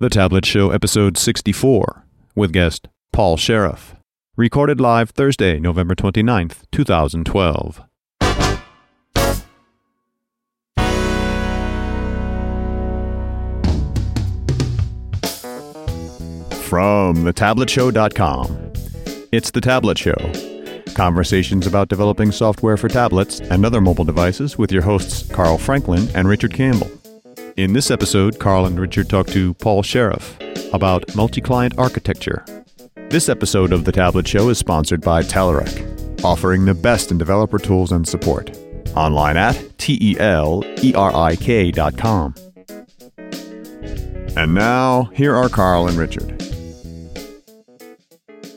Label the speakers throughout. Speaker 1: The Tablet Show, episode 64, with guest Paul Sheriff. Recorded live Thursday, November 29th, 2012. From thetabletshow.com. It's The Tablet Show. Conversations about developing software for tablets and other mobile devices with your hosts Carl Franklin and Richard Campbell. In this episode, Carl and Richard talk to Paul Sheriff about multi client architecture. This episode of The Tablet Show is sponsored by Telerik, offering the best in developer tools and support. Online at T E L E R I K dot com. And now, here are Carl and Richard.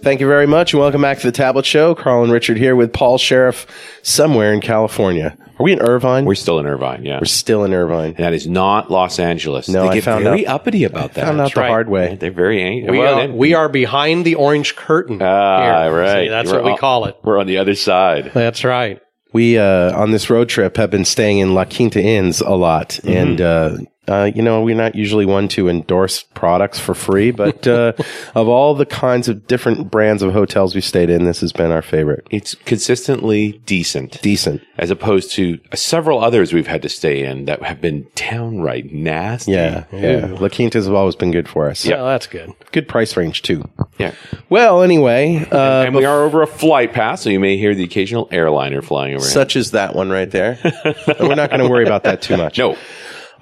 Speaker 2: Thank you very much. and Welcome back to the Tablet Show. Carl and Richard here with Paul Sheriff somewhere in California. Are we in Irvine?
Speaker 3: We're still in Irvine, yeah.
Speaker 2: We're still in Irvine.
Speaker 3: And that is not Los Angeles.
Speaker 2: No,
Speaker 3: they
Speaker 2: I
Speaker 3: get
Speaker 2: found
Speaker 3: very
Speaker 2: out-
Speaker 3: uppity about that.
Speaker 2: found out
Speaker 3: That's
Speaker 2: the hard way.
Speaker 3: They're very angry.
Speaker 4: We,
Speaker 3: well,
Speaker 4: are,
Speaker 3: then-
Speaker 4: we are behind the orange curtain.
Speaker 3: ah,
Speaker 4: here. See,
Speaker 3: right.
Speaker 4: that's
Speaker 3: We're
Speaker 4: what we
Speaker 3: all-
Speaker 4: call it.
Speaker 3: We're on the other side.
Speaker 4: That's right.
Speaker 2: We, uh, on this road trip, have been staying in La Quinta Inns a lot. And, uh, uh, you know, we're not usually one to endorse products for free, but uh, of all the kinds of different brands of hotels we've stayed in, this has been our favorite.
Speaker 3: It's consistently decent,
Speaker 2: Decent.
Speaker 3: as opposed to several others we've had to stay in that have been downright nasty.
Speaker 2: Yeah, yeah. La Quintas have always been good for us.
Speaker 4: Well, that's good.
Speaker 2: Good price range, too.
Speaker 3: yeah.
Speaker 2: Well, anyway, uh,
Speaker 3: and we are over a flight path, so you may hear the occasional airliner flying overhead.
Speaker 2: such as that one right there. but we're not going to worry about that too much.
Speaker 3: no,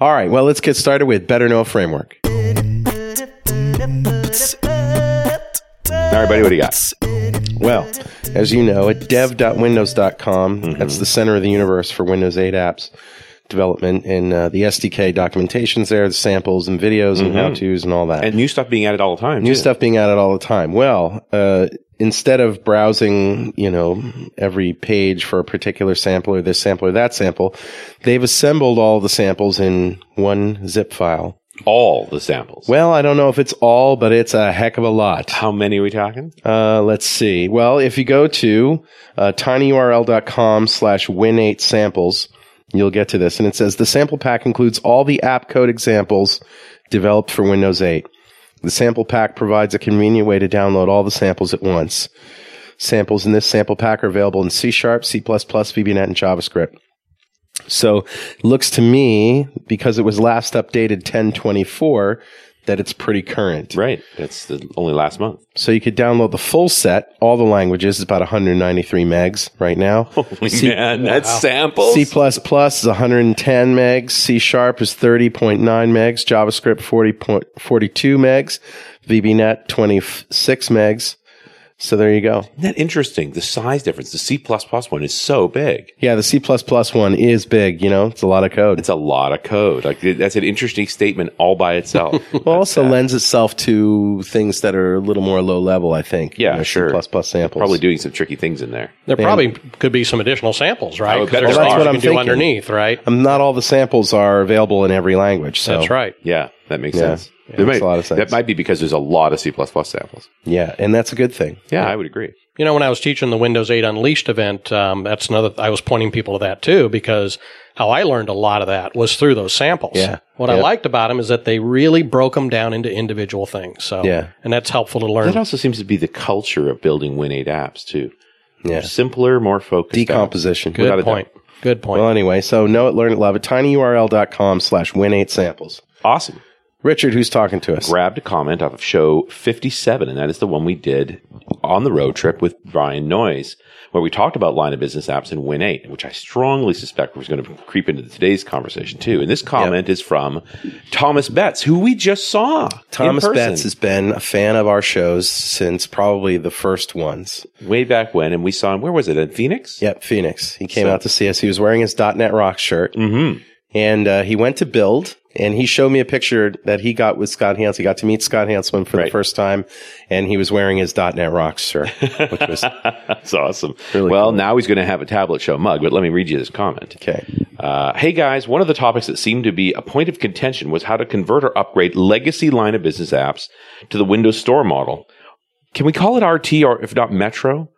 Speaker 2: All right. Well, let's get started with Better Know Framework.
Speaker 3: all right, buddy, what do you got?
Speaker 2: Well, as you know, at dev.windows.com,
Speaker 3: Mm-hmm.
Speaker 2: that's the center of the universe for Windows 8 apps development, and uh, the SDK documentation's there, the samples and videos and how tos and all that.
Speaker 3: Mm-hmm. And new stuff being added all the time.
Speaker 2: new
Speaker 3: too.
Speaker 2: stuff being added all the time. Well, uh, instead of browsing, you know, every page for a particular sample or this sample or that sample, they've assembled all the samples in one zip file.
Speaker 3: all the samples.
Speaker 2: Well, I don't know if it's all, but it's a heck of a lot.
Speaker 3: How many are we talking?
Speaker 2: Uh, let's see. Well, if you go to uh, tinyurl.com slash win8 samples, you'll get to this. And it says the sample pack includes all the app code examples developed for Windows 8. The sample pack provides a convenient way to download all the samples at once. Samples in this sample pack are available in C Sharp, C++, VBNet, and JavaScript. So looks to me, because it was last updated 1024, that it's pretty current.
Speaker 3: Right. That's the only last month.
Speaker 2: So you could download the full set, all the languages. It's about 193 megs right now. C-
Speaker 3: Man, that's samples.
Speaker 2: C++ is 110 megs. C Sharp is 30.9 megs. JavaScript 40 point, 42 megs. VBNet 26 megs. So there you go.
Speaker 3: Isn't that interesting? The size difference. The C one is so big.
Speaker 2: Yeah, the C++ one is big. You know, it's a lot of code.
Speaker 3: It's a lot of code. Like th- that's an interesting statement all by itself.
Speaker 2: Well, also lends itself to things that are a little more low level, I think.
Speaker 3: Yeah,
Speaker 2: You know,
Speaker 3: sure.
Speaker 2: C++ samples.
Speaker 3: Probably doing some tricky things in there.
Speaker 4: There probably could be some additional samples,
Speaker 3: I
Speaker 4: right?
Speaker 3: would
Speaker 4: 'Cause
Speaker 3: bet
Speaker 4: there's
Speaker 3: there
Speaker 4: things
Speaker 3: are. That's
Speaker 4: you
Speaker 3: what
Speaker 4: can
Speaker 2: I'm
Speaker 4: do
Speaker 2: thinking.
Speaker 4: underneath, right?
Speaker 2: Um, not all the samples are available in every language. So
Speaker 4: That's right.
Speaker 3: Yeah, that makes
Speaker 2: Yeah.
Speaker 3: sense.
Speaker 2: Yeah,
Speaker 3: There
Speaker 2: makes
Speaker 3: might-
Speaker 2: a lot of sense.
Speaker 3: That might be because there's a lot of C samples.
Speaker 2: Yeah, and that's a good thing.
Speaker 3: Yeah, I would agree.
Speaker 4: You know, when I was teaching the Windows 8 Unleashed event, um, that's another. I was pointing people to that too because how I learned a lot of that was through those samples.
Speaker 2: Yeah.
Speaker 4: What I
Speaker 2: Yeah.
Speaker 4: liked about them is that they really broke them down into individual things. So
Speaker 2: Yeah.
Speaker 4: and that's helpful to learn.
Speaker 3: That also seems to be the culture of building Win8 apps too.
Speaker 2: Yeah.
Speaker 3: Simpler, more focused. apps.
Speaker 2: Decomposition.
Speaker 3: without a
Speaker 4: Good point. Good point.
Speaker 2: Well, anyway, so know it, learn it, love it. Tinyurl.com slash win eight samples.
Speaker 3: Awesome.
Speaker 2: Richard, who's talking to us?
Speaker 3: grabbed a comment off of show 57, and that is the one we did on the road trip with Brian Noyes, where we talked about line of business apps and Win 8, which I strongly suspect was going to creep into today's conversation too. And this comment is from Thomas Betts, who we just saw. in
Speaker 2: Thomas
Speaker 3: person
Speaker 2: Betts has been a fan of our shows since probably the first ones.
Speaker 3: way back when, and we saw him, where was it, in Phoenix?
Speaker 2: Yep, Phoenix. He came out to see us. He was wearing his .NET Rock shirt.
Speaker 3: Mm-hmm.
Speaker 2: And uh, he went to Build, and he showed me a picture that he got with Scott Hansen. He got to meet Scott Hanselman for the
Speaker 3: Right.
Speaker 2: first time, and he was wearing his .NET Rock shirt, which was
Speaker 3: That's awesome.
Speaker 2: Really
Speaker 3: well, now he's going to have a tablet show mug, but let me read you this comment.
Speaker 2: okay.
Speaker 3: Uh, hey guys, one of the topics that seemed to be a point of contention was how to convert or upgrade legacy line of business apps to the Windows Store model. Can we call it RT or if not Metro?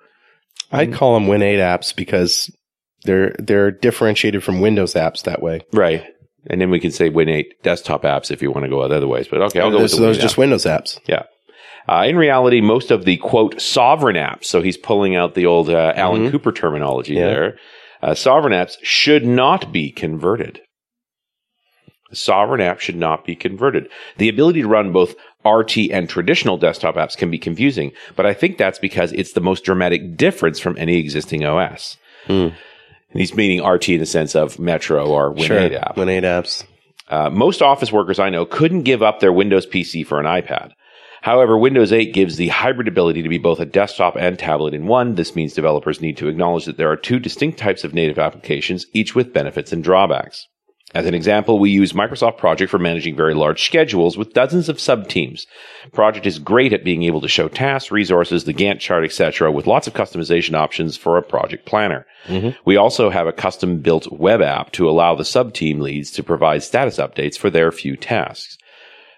Speaker 2: I
Speaker 3: Mm-hmm.
Speaker 2: call them Win8 apps because they're they're differentiated from Windows apps that way.
Speaker 3: Right. And then we can say Win 8 desktop apps if you want to go out otherwise. But okay, I'll go with
Speaker 2: those
Speaker 3: the
Speaker 2: those
Speaker 3: Win
Speaker 2: just
Speaker 3: app.
Speaker 2: Windows apps.
Speaker 3: Yeah. Uh, in reality, most of the quote sovereign apps, so he's pulling out the old uh, Alan
Speaker 2: Mhm.
Speaker 3: Cooper terminology
Speaker 2: Yeah.
Speaker 3: there, uh, sovereign apps should not be converted. The sovereign app should not be converted. The ability to run both RT and traditional desktop apps can be confusing, but I think that's because it's the most dramatic difference from any existing OS.
Speaker 2: Hmm.
Speaker 3: And he's meaning RT in the sense of Metro or Win8 app.
Speaker 2: Win 8 apps.
Speaker 3: Uh, most office workers I know couldn't give up their Windows PC for an iPad. However, Windows 8 gives the hybrid ability to be both a desktop and tablet in one. This means developers need to acknowledge that there are two distinct types of native applications, each with benefits and drawbacks. As an example, we use Microsoft Project for managing very large schedules with dozens of subteams. Project is great at being able to show tasks, resources, the Gantt chart, etc., with lots of customization options for a project planner. We also have a custom built web app to allow the sub team leads to provide status updates for their few tasks.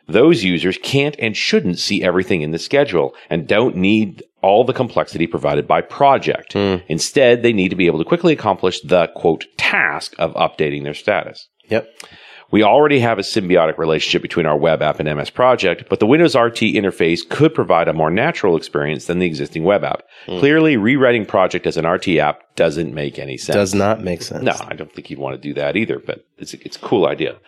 Speaker 3: Those users can't and shouldn't see everything in the schedule and don't need all the complexity provided by project. Instead, they need to be able to quickly accomplish the quote task of updating their status.
Speaker 2: Yep.
Speaker 3: We already have a symbiotic relationship between our web app and MS Project, but the Windows RT interface could provide a more natural experience than the existing web app. Clearly, rewriting Project as an RT app doesn't make any sense.
Speaker 2: Does not make sense.
Speaker 3: No, I don't think you'd want to do that either, but it's, it's a cool idea.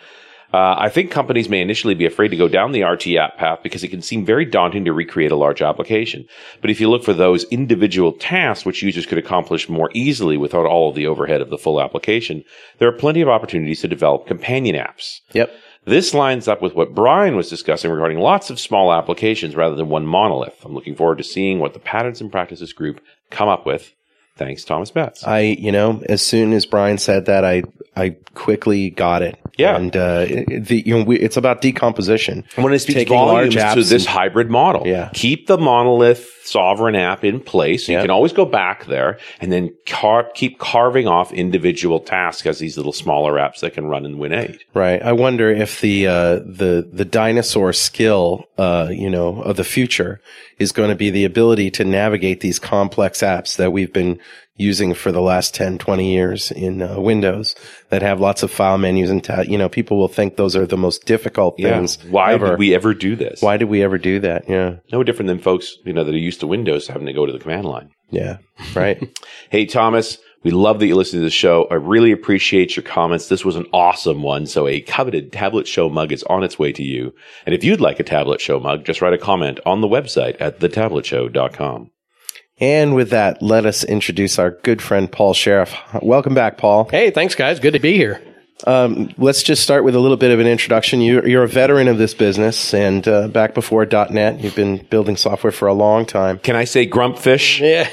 Speaker 3: Uh, I think companies may initially be afraid to go down the RT app path because it can seem very daunting to recreate a large application. But if you look for those individual tasks which users could accomplish more easily without all of the overhead of the full application, there are plenty of opportunities to develop companion apps.
Speaker 2: Yep.
Speaker 3: This lines up with what Brian was discussing regarding lots of small applications rather than one monolith. I'm looking forward to seeing what the Patterns and Practices group come up with. Thanks, Thomas Betts.
Speaker 2: I, you know, as soon as Brian said that, I, I quickly got it.
Speaker 3: Yeah.
Speaker 2: And, uh, it- it- the, you know, we, it's about decomposition.
Speaker 3: And when it speaks
Speaker 2: Taking
Speaker 3: volumes
Speaker 2: large
Speaker 3: to
Speaker 2: apps
Speaker 3: this
Speaker 2: and-
Speaker 3: hybrid model,
Speaker 2: Yeah.
Speaker 3: keep the monolith sovereign app in place. You
Speaker 2: Yeah.
Speaker 3: can always go back there and then car- keep carving off individual tasks as these little smaller apps that can run in Win8.
Speaker 2: Right. I wonder if the, uh, the, the dinosaur skill, uh, you know, of the future is going to be the ability to navigate these complex apps that we've been using for the last 10, 20 years in uh, Windows that have lots of file menus and, ta- you know, people will think those are the most difficult things.
Speaker 3: Why
Speaker 2: ever.
Speaker 3: did we ever do this?
Speaker 2: Why did we ever do that? Yeah.
Speaker 3: No different than folks you know that are used to Windows having to go to the command line.
Speaker 2: Yeah. Right.
Speaker 3: Hey, Thomas, we love that you listen to the show. I really appreciate your comments. This was an awesome one. So a coveted tablet show mug is on its way to you. And if you'd like a tablet show mug, just write a comment on the website at thetabletshow.com.
Speaker 2: and with that, let us introduce our good friend, Paul Sheriff. Welcome back, Paul.
Speaker 4: Hey, thanks, guys. Good to be here.
Speaker 2: Um, let's just start with a little bit of an introduction. You, you're a veteran of this business, and uh, back before .NET, you've been building software for a long time.
Speaker 3: Can I say grumpfish?
Speaker 4: Yeah.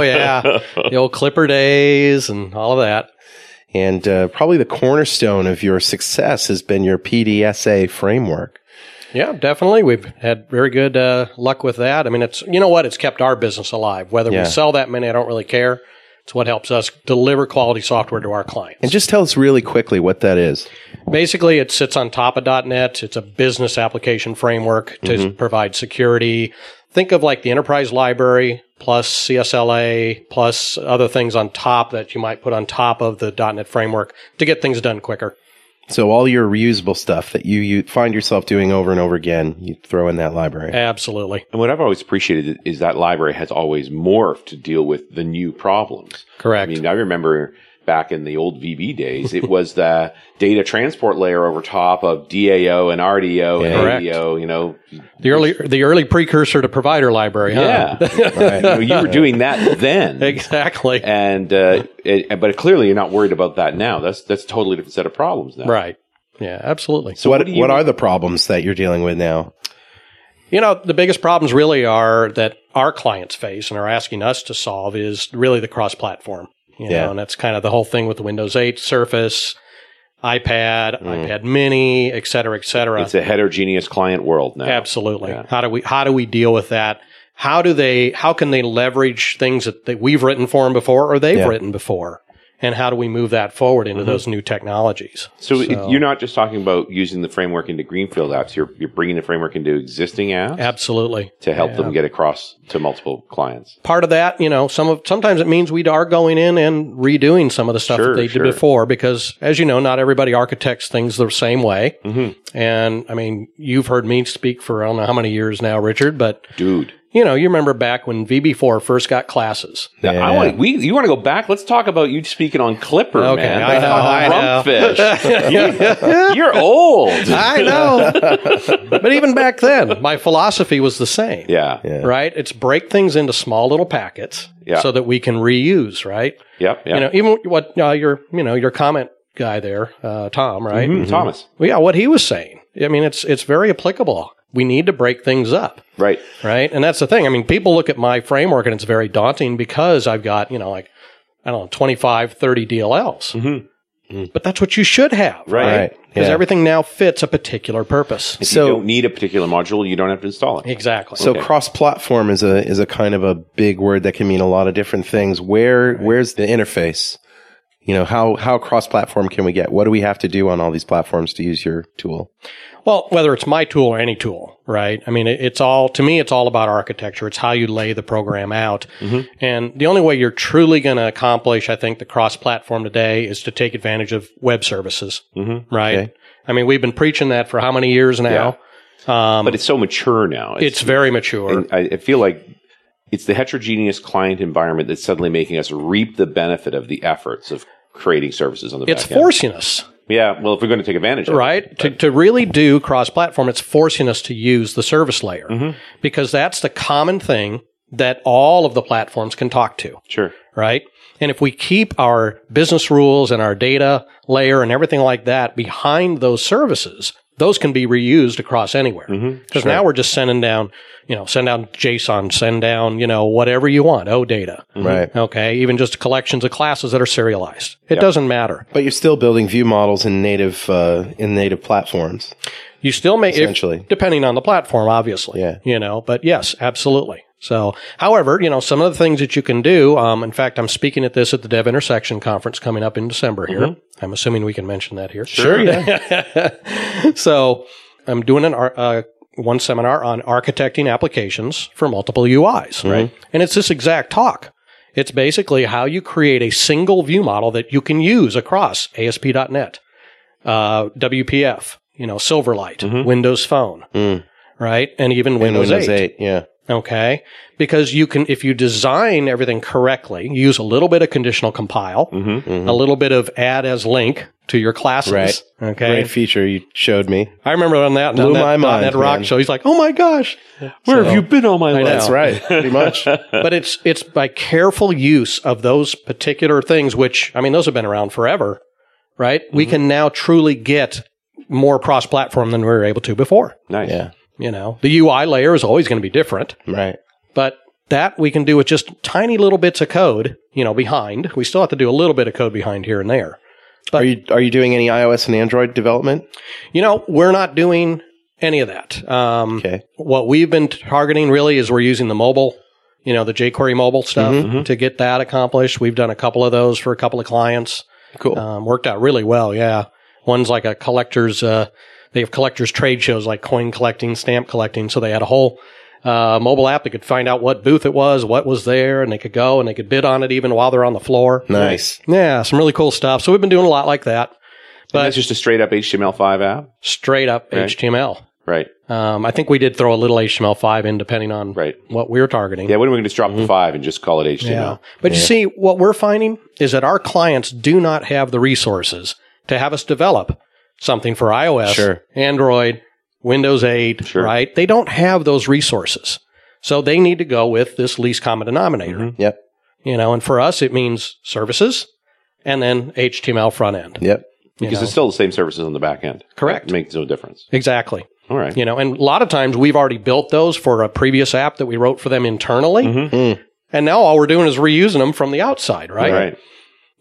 Speaker 4: yeah. The old Clipper days and all of that.
Speaker 2: And uh, probably the cornerstone of your success has been your PDSA framework.
Speaker 4: Yeah, definitely. We've had very good uh, luck with that. I mean, it's you know what? It's kept our business alive. Whether
Speaker 2: Yeah.
Speaker 4: we sell that many, I don't really care. It's what helps us deliver quality software to our clients.
Speaker 2: And just tell us really quickly what that is.
Speaker 4: Basically, it sits on top of .NET. It's a business application framework to
Speaker 2: Mm-hmm.
Speaker 4: provide security. Think of like the enterprise library plus CSLA plus other things on top that you might put on top of the .NET framework to get things done quicker.
Speaker 2: So all your reusable stuff that you, you find yourself doing over and over again, you throw in that library.
Speaker 4: Absolutely
Speaker 3: And what I've always appreciated is that library has always morphed to deal with the new problems.
Speaker 4: correct.
Speaker 3: I mean, I remember back in the old VB days, it was the data transport layer over top of DAO and RDO and
Speaker 4: Correct.
Speaker 3: ADO, you know.
Speaker 4: the early the early precursor to provider library. huh?
Speaker 3: Yeah. You know, you were doing that then.
Speaker 4: exactly.
Speaker 3: And uh, it, but clearly you're not worried about that now. That's that's a totally different set of problems now.
Speaker 4: Right. Yeah, absolutely.
Speaker 2: So
Speaker 3: what
Speaker 2: what,
Speaker 3: do you-
Speaker 2: what are the problems that you're dealing with now?
Speaker 4: You know, the biggest problems really are that our clients face and are asking us to solve is really the cross platform. You
Speaker 2: Yeah.
Speaker 4: know, and that's kind of the whole thing with the Windows 8, Surface, iPad, iPad Mini, et cetera, et cetera.
Speaker 3: Mm. It's a heterogeneous client world now.
Speaker 4: Absolutely.
Speaker 3: Yeah.
Speaker 4: How do we how do we deal with that? How do they how can they leverage things that, that we've written for them before or they've
Speaker 2: Yeah.
Speaker 4: written before? and how do we move that forward into
Speaker 3: Mm-hmm.
Speaker 4: those new technologies?
Speaker 3: So, it, you're not just talking about using the framework into greenfield apps. You're you're bringing the framework into existing apps
Speaker 4: Absolutely.
Speaker 3: to help them get across to multiple clients.
Speaker 4: part of that, you know, some of sometimes it means we are going in and redoing some of the stuff
Speaker 3: Sure,
Speaker 4: that they
Speaker 3: sure.
Speaker 4: did before because, as you know, not everybody architects things the same way.
Speaker 3: Mm-hmm.
Speaker 4: And I mean, you've heard me speak for I don't know how many years now, Richard, but
Speaker 3: Dude,
Speaker 4: you know, you remember back when VB4 first got classes.
Speaker 3: Now, I
Speaker 2: Yeah.
Speaker 3: want we you want to go back? Let's talk about you speaking on Clipper,
Speaker 4: Okay,
Speaker 3: man.
Speaker 4: I know,
Speaker 3: Rumpfish. you, are old.
Speaker 4: I know, but even back then, my philosophy was the same.
Speaker 3: Yeah.
Speaker 2: Yeah.
Speaker 4: Right? It's break things into small little packets
Speaker 3: Yeah.
Speaker 4: so that we can reuse, right?
Speaker 3: Yep. Yeah.
Speaker 4: You know, even what uh, your, you know, your comment guy there, uh, Tom, right?
Speaker 3: Mhm, Thomas.
Speaker 4: Well, yeah, what he was saying. I mean, it's it's very applicable. We need to break things up,
Speaker 3: Right.
Speaker 4: right? And that's the thing. I mean, people look at my framework and it's very daunting because I've got, you know, like I don't know, 25, 30 DLLs. But that's what you should have,
Speaker 3: Right.
Speaker 4: right? Because
Speaker 2: Yeah.
Speaker 4: everything now fits a particular purpose.
Speaker 3: If
Speaker 2: So-
Speaker 3: you don't need a particular module, you don't have to install it.
Speaker 4: Exactly.
Speaker 2: So
Speaker 3: Okay.
Speaker 2: cross-platform is a is a kind of a big word that can mean a lot of different things. Where where's the interface? You know how how cross-platform can we get? What do we have to do on all these platforms to use your tool?
Speaker 4: Well, whether it's my tool or any tool, right? I mean, it, it's all, to me, it's all about architecture. It's how you lay the program out. And the only way you're truly going to accomplish, I think, the cross platform today is to take advantage of web services, right?
Speaker 2: Okay.
Speaker 4: I mean, we've been preaching that for how many years now? Um,
Speaker 3: But it's so mature now.
Speaker 4: it's very mature.
Speaker 3: and I, I feel like it's the heterogeneous client environment that's suddenly making us reap the benefit of the efforts of creating services on the
Speaker 4: It's
Speaker 3: back end.
Speaker 4: forcing us,
Speaker 3: Yeah. Well, if we're going to take advantage of it.
Speaker 4: right? To, to really do cross platform, it's forcing us to use the service layer because that's the common thing that all of the platforms can talk to.
Speaker 3: Sure.
Speaker 4: right? And if we keep our business rules and our data layer and everything like that behind those services, those can be reused across anywhere. Because now we're just sending down, you know, send down JSON, send down, you know, whatever you want, O data.
Speaker 2: Right.
Speaker 4: Okay. Even just collections of classes that are serialized. It doesn't matter.
Speaker 2: But you're still building view models in native uh, in native platforms.
Speaker 4: You still may, if-
Speaker 2: Essentially.
Speaker 4: depending on the platform, obviously.
Speaker 2: Yeah.
Speaker 4: You know, but yes, absolutely. So, however, you know, some of the things that you can do. Um, in fact, I'm speaking at this at the Dev Intersection conference coming up in December here. I'm assuming we can mention that here. Sure. Yeah. so, I'm doing an ar- uh, one seminar on architecting applications for multiple UIs. Right. And it's this exact talk. It's basically how you create a single view model that you can use across ASP.NET, uh, WPF, you know, Silverlight,
Speaker 2: Mm-hmm.
Speaker 4: Windows Phone,
Speaker 2: Mm.
Speaker 4: right? And even
Speaker 2: in
Speaker 4: Windows, 8.
Speaker 2: Yeah.
Speaker 4: Okay. Because you can, if you design everything correctly, you use a little bit of conditional compile, a little bit of add as link to your classes.
Speaker 2: Mm-hmm, Right.
Speaker 4: Okay.
Speaker 2: Great feature you showed me.
Speaker 4: I remember on that,
Speaker 2: Blew
Speaker 4: on that,
Speaker 2: my
Speaker 4: on
Speaker 2: mind,
Speaker 4: that rock
Speaker 2: man.
Speaker 4: show, he's like, oh my gosh.
Speaker 3: Where have you been all my life?
Speaker 4: know.
Speaker 2: That's right. Pretty much.
Speaker 4: but it's, it's by careful use of those particular things, which, I mean, those have been around forever, right? We
Speaker 2: Mm-hmm.
Speaker 4: can now truly get more cross platform than we were able to before.
Speaker 3: Nice.
Speaker 2: Yeah.
Speaker 4: You know, the UI layer is always going to be different.
Speaker 2: Right.
Speaker 4: but that we can do with just tiny little bits of code, you know, behind. We still have to do a little bit of code behind here and there.
Speaker 2: Are you are you doing any iOS and Android development?
Speaker 4: You know, we're not doing any of that. Um,
Speaker 2: Okay.
Speaker 4: What we've been targeting really is we're using the mobile, you know, the jQuery mobile stuff
Speaker 3: Mm-hmm,
Speaker 4: to get that accomplished. We've done a couple of those for a couple of clients.
Speaker 2: Cool.
Speaker 4: Um, worked out really well. Yeah. One's like a collector's, uh, they have collector's trade shows like coin collecting, stamp collecting. So they had a whole, uh, mobile app that could find out what booth it was, what was there, and they could go and they could bid on it even while they're on the floor.
Speaker 2: nice.
Speaker 4: Yeah. Some really cool stuff. So we've been doing a lot like that.
Speaker 3: And that's just a straight up HTML5 app.
Speaker 4: Straight up
Speaker 3: Right.
Speaker 4: HTML.
Speaker 3: Right.
Speaker 4: Um, I think we did throw a little HTML5 in depending on
Speaker 3: Right.
Speaker 4: what we were targeting.
Speaker 3: Yeah. When are we going to just drop the five and just call it HTML?
Speaker 4: Mm-hmm. Yeah. But you see, what we're finding is that our clients do not have the resources to have us develop something for iOS,
Speaker 2: Sure.
Speaker 4: Android, Windows 8,
Speaker 3: Sure.
Speaker 4: right? They don't have those resources. So they need to go with this least common denominator,
Speaker 2: Yep.
Speaker 4: you know, and for us, it means services and then HTML front end.
Speaker 2: Yep.
Speaker 4: you
Speaker 3: Because
Speaker 4: know.
Speaker 3: it's still the same services on the back end.
Speaker 4: Correct.
Speaker 3: It makes no difference.
Speaker 4: Exactly.
Speaker 3: All right.
Speaker 4: You know, and a lot of times we've already built those for a previous app that we wrote for them internally. And now all we're doing is reusing them from the outside,
Speaker 3: All
Speaker 4: right?
Speaker 3: right.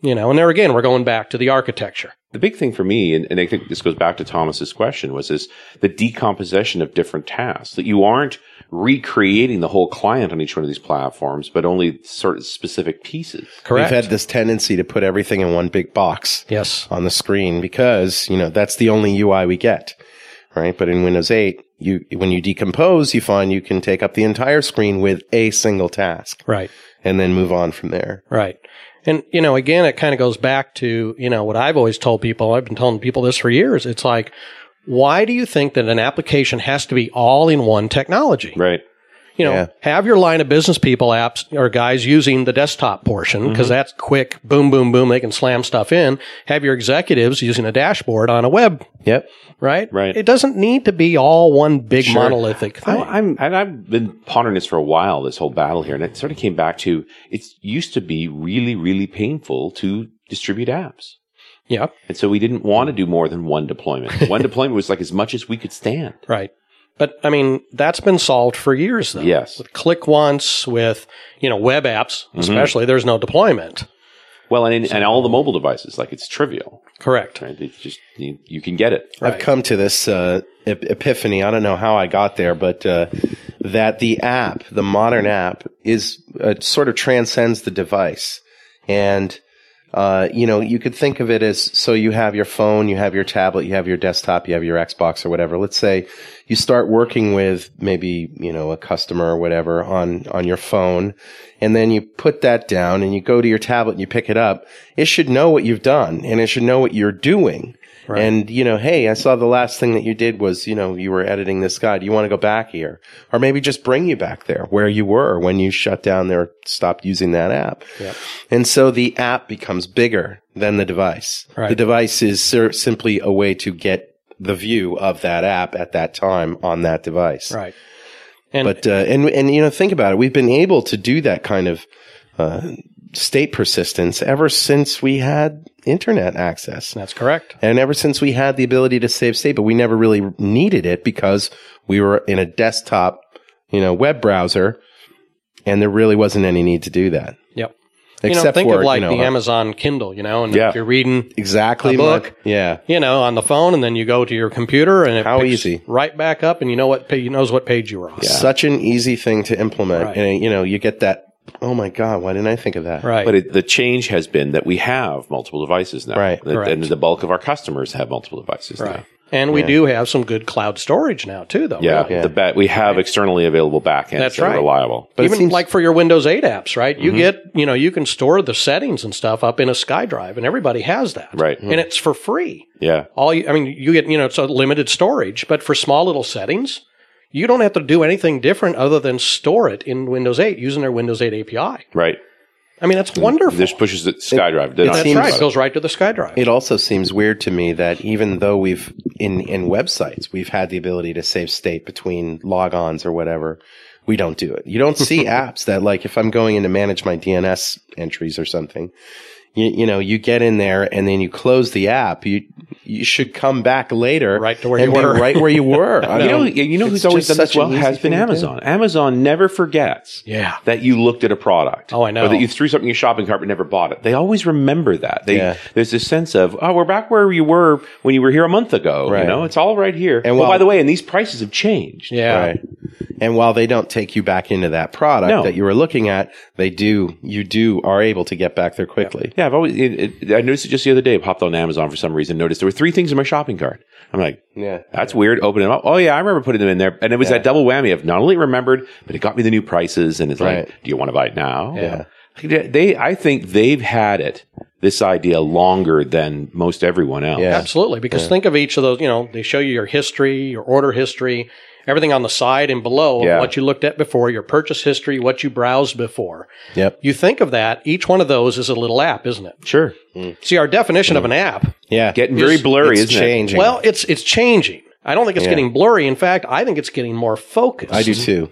Speaker 4: You know, and there again, we're going back to the architecture.
Speaker 3: The big thing for me, and, and I think this goes back to Thomas's question, was is the decomposition of different tasks that you aren't recreating the whole client on each one of these platforms, but only certain specific pieces.
Speaker 4: Correct.
Speaker 2: We've had this tendency to put everything in one big box
Speaker 4: yes.
Speaker 2: on the screen because, you know, that's the only UI we get. Right. But in Windows 8, you, when you decompose, you find you can take up the entire screen with a single task
Speaker 4: Right.
Speaker 2: and then move on from there.
Speaker 4: Right. And, you know, again, it kind of goes back to, you know, what I've always told people. I've been telling people this for years. It's like, why do you think that an application has to be all in one technology?
Speaker 3: Right.
Speaker 4: You know,
Speaker 2: Yeah.
Speaker 4: have your line of business people apps or guys using the desktop portion
Speaker 3: Mm-hmm.
Speaker 4: because that's quick, boom, boom, boom. They can slam stuff in. Have your executives using a dashboard on a web,
Speaker 2: Yep.
Speaker 4: right?
Speaker 3: Right.
Speaker 4: It doesn't need to be all one big
Speaker 3: Sure. Oh,
Speaker 4: monolithic thing.
Speaker 3: I, am and I've been pondering this for a while. This whole battle here, and it sort of came back to it used to be really, really painful to distribute apps,
Speaker 4: yeah.
Speaker 3: and so we didn't want to do more than one deployment. one deployment was like as much as we could stand.
Speaker 4: Right. But I mean, that's been solved for years though.
Speaker 3: Yes. Mm-hmm.
Speaker 4: With click once, with, you know, web apps, especially, there's no deployment.
Speaker 3: Well, and in, and all the mobile devices, like it's trivial.
Speaker 4: Correct.
Speaker 3: Right? It's just you, you can get it.
Speaker 2: I've come to this uh, ep- epiphany. I don't know how I got there, but uh, that the app, the modern app, is uh, sort of transcends the device, and uh, you know you could think of it as so you have your phone, you have your tablet, you have your desktop, you have your Xbox or whatever. Let's say you start working with maybe you know a customer or whatever on on your phone, and then you put that down and you go to your tablet and you pick it up. It should know what you've done, and it should know what you're doing. And, you know, hey, I saw the last thing that you did was, you know, you were editing this guy. Do you want to go back here? Or maybe just bring you back there where you were when you shut down there, stopped using that app. And so the app becomes bigger than the device.
Speaker 4: Right.
Speaker 2: The device is ser- simply a way to get the view of that app at that time on that device.
Speaker 4: Right. And
Speaker 2: But, uh, and, and, you know, think about it. We've been able to do that kind of, uh, state persistence ever since we had internet access.
Speaker 4: that's correct.
Speaker 2: And ever since we had the ability to save state, but we never really needed it because we were in a desktop, you know, web browser, and there really wasn't any need to do that.
Speaker 4: Yep. You know,
Speaker 2: Except
Speaker 4: think
Speaker 2: for
Speaker 4: of like
Speaker 2: you know,
Speaker 4: the
Speaker 2: uh,
Speaker 4: Amazon Kindle, you know, and
Speaker 3: Yeah.
Speaker 4: if you're reading,
Speaker 2: exactly
Speaker 4: a
Speaker 2: my-
Speaker 4: book.
Speaker 2: yeah,
Speaker 4: you know, on the phone and then you go to your computer and it
Speaker 2: How
Speaker 4: picks
Speaker 2: easy.
Speaker 4: right back up and you know what page, knows what page you were on.
Speaker 2: such an easy thing to implement,
Speaker 4: Right.
Speaker 2: and you know, you get that. Oh my god, why didn't I think of that?
Speaker 4: Right.
Speaker 3: But it, the change has been that we have multiple devices now.
Speaker 2: Right.
Speaker 3: That- And
Speaker 4: Correct.
Speaker 3: the bulk of our customers have multiple devices
Speaker 4: right.
Speaker 3: now.
Speaker 4: And we do have some good cloud storage now too, though.
Speaker 3: Yeah,
Speaker 4: really.
Speaker 2: Yeah.
Speaker 3: The ba- we have externally available backends
Speaker 4: That's
Speaker 3: that are
Speaker 4: right.
Speaker 3: reliable.
Speaker 2: But it
Speaker 4: Even
Speaker 2: seems- Mm-hmm.
Speaker 4: like for your Windows 8 apps, right? You get, you know, you can store the settings and stuff up in a SkyDrive, and everybody has that,
Speaker 3: Right.
Speaker 4: And it's for free.
Speaker 3: Yeah.
Speaker 4: All you, I mean, you get, you know, it's a limited storage, but for small little settings, you don't have to do anything different other than store it in Windows 8 using their Windows 8 API.
Speaker 3: Right.
Speaker 4: I mean, that's wonderful.
Speaker 3: This pushes the SkyDrive. They're
Speaker 2: it
Speaker 3: not
Speaker 4: that's
Speaker 2: Hmm. seems-
Speaker 4: right. It goes right to the SkyDrive.
Speaker 2: It also seems weird to me that even though we've in in websites we've had the ability to save state between logons or whatever, we don't do it. You don't see apps that like if I'm going in to manage my DNS entries or something, you, you know, you get in there and then you close the app. You you should come back later,
Speaker 4: Right to where
Speaker 2: and
Speaker 4: you
Speaker 2: be
Speaker 4: were.
Speaker 2: right where you were. I
Speaker 3: You know,
Speaker 2: don't-
Speaker 3: you know
Speaker 2: it's
Speaker 3: who's always
Speaker 2: just
Speaker 3: done this
Speaker 2: such an
Speaker 3: well
Speaker 2: easy
Speaker 3: has
Speaker 2: thing
Speaker 3: been
Speaker 2: to do.
Speaker 3: Amazon. Amazon never forgets
Speaker 4: Yeah.
Speaker 3: that you looked at a product.
Speaker 4: Oh, I know.
Speaker 3: Or that you threw something in your shopping cart but never bought it. They always remember that. They,
Speaker 2: Yeah.
Speaker 3: There's this sense of, oh, we're back where you were when you were here a month ago.
Speaker 2: Right.
Speaker 3: You know, it's all right here. And
Speaker 2: while-
Speaker 3: by the way, and these prices have changed.
Speaker 4: Yeah.
Speaker 2: Right. And while they don't take you back into that product
Speaker 3: No.
Speaker 2: that you were looking at, they do. You do are able to get back there quickly.
Speaker 3: Yeah, I've always. It, it, I noticed it just the other day. I popped on Amazon for some reason. Noticed there were three things in my shopping cart. I'm like,
Speaker 2: Yeah.
Speaker 3: that's weird. Open them up. Oh yeah, I remember putting them in there. And it was that double whammy of not only remembered, but it got me the new prices. And it's
Speaker 2: Right.
Speaker 3: like, do you want to buy it now?
Speaker 2: Yeah.
Speaker 3: Like, They, I think they've had it this idea longer than most everyone else.
Speaker 2: Yeah.
Speaker 4: Absolutely. Because think of each of those, you know, they show you your history, your order history, everything on the side and below
Speaker 3: Yeah.
Speaker 4: of what you looked at before, your purchase history, what you browsed before.
Speaker 2: Yep.
Speaker 4: You think of that, each one of those is a little app, isn't it?
Speaker 3: Sure.
Speaker 4: See, our definition of an app,
Speaker 2: Yeah.
Speaker 3: Getting very blurry,
Speaker 2: it's
Speaker 3: isn't
Speaker 2: Mm-hmm. changing.
Speaker 4: well, it's it's changing. I don't think it's getting blurry. In fact, I think it's getting more focused.
Speaker 2: I do too.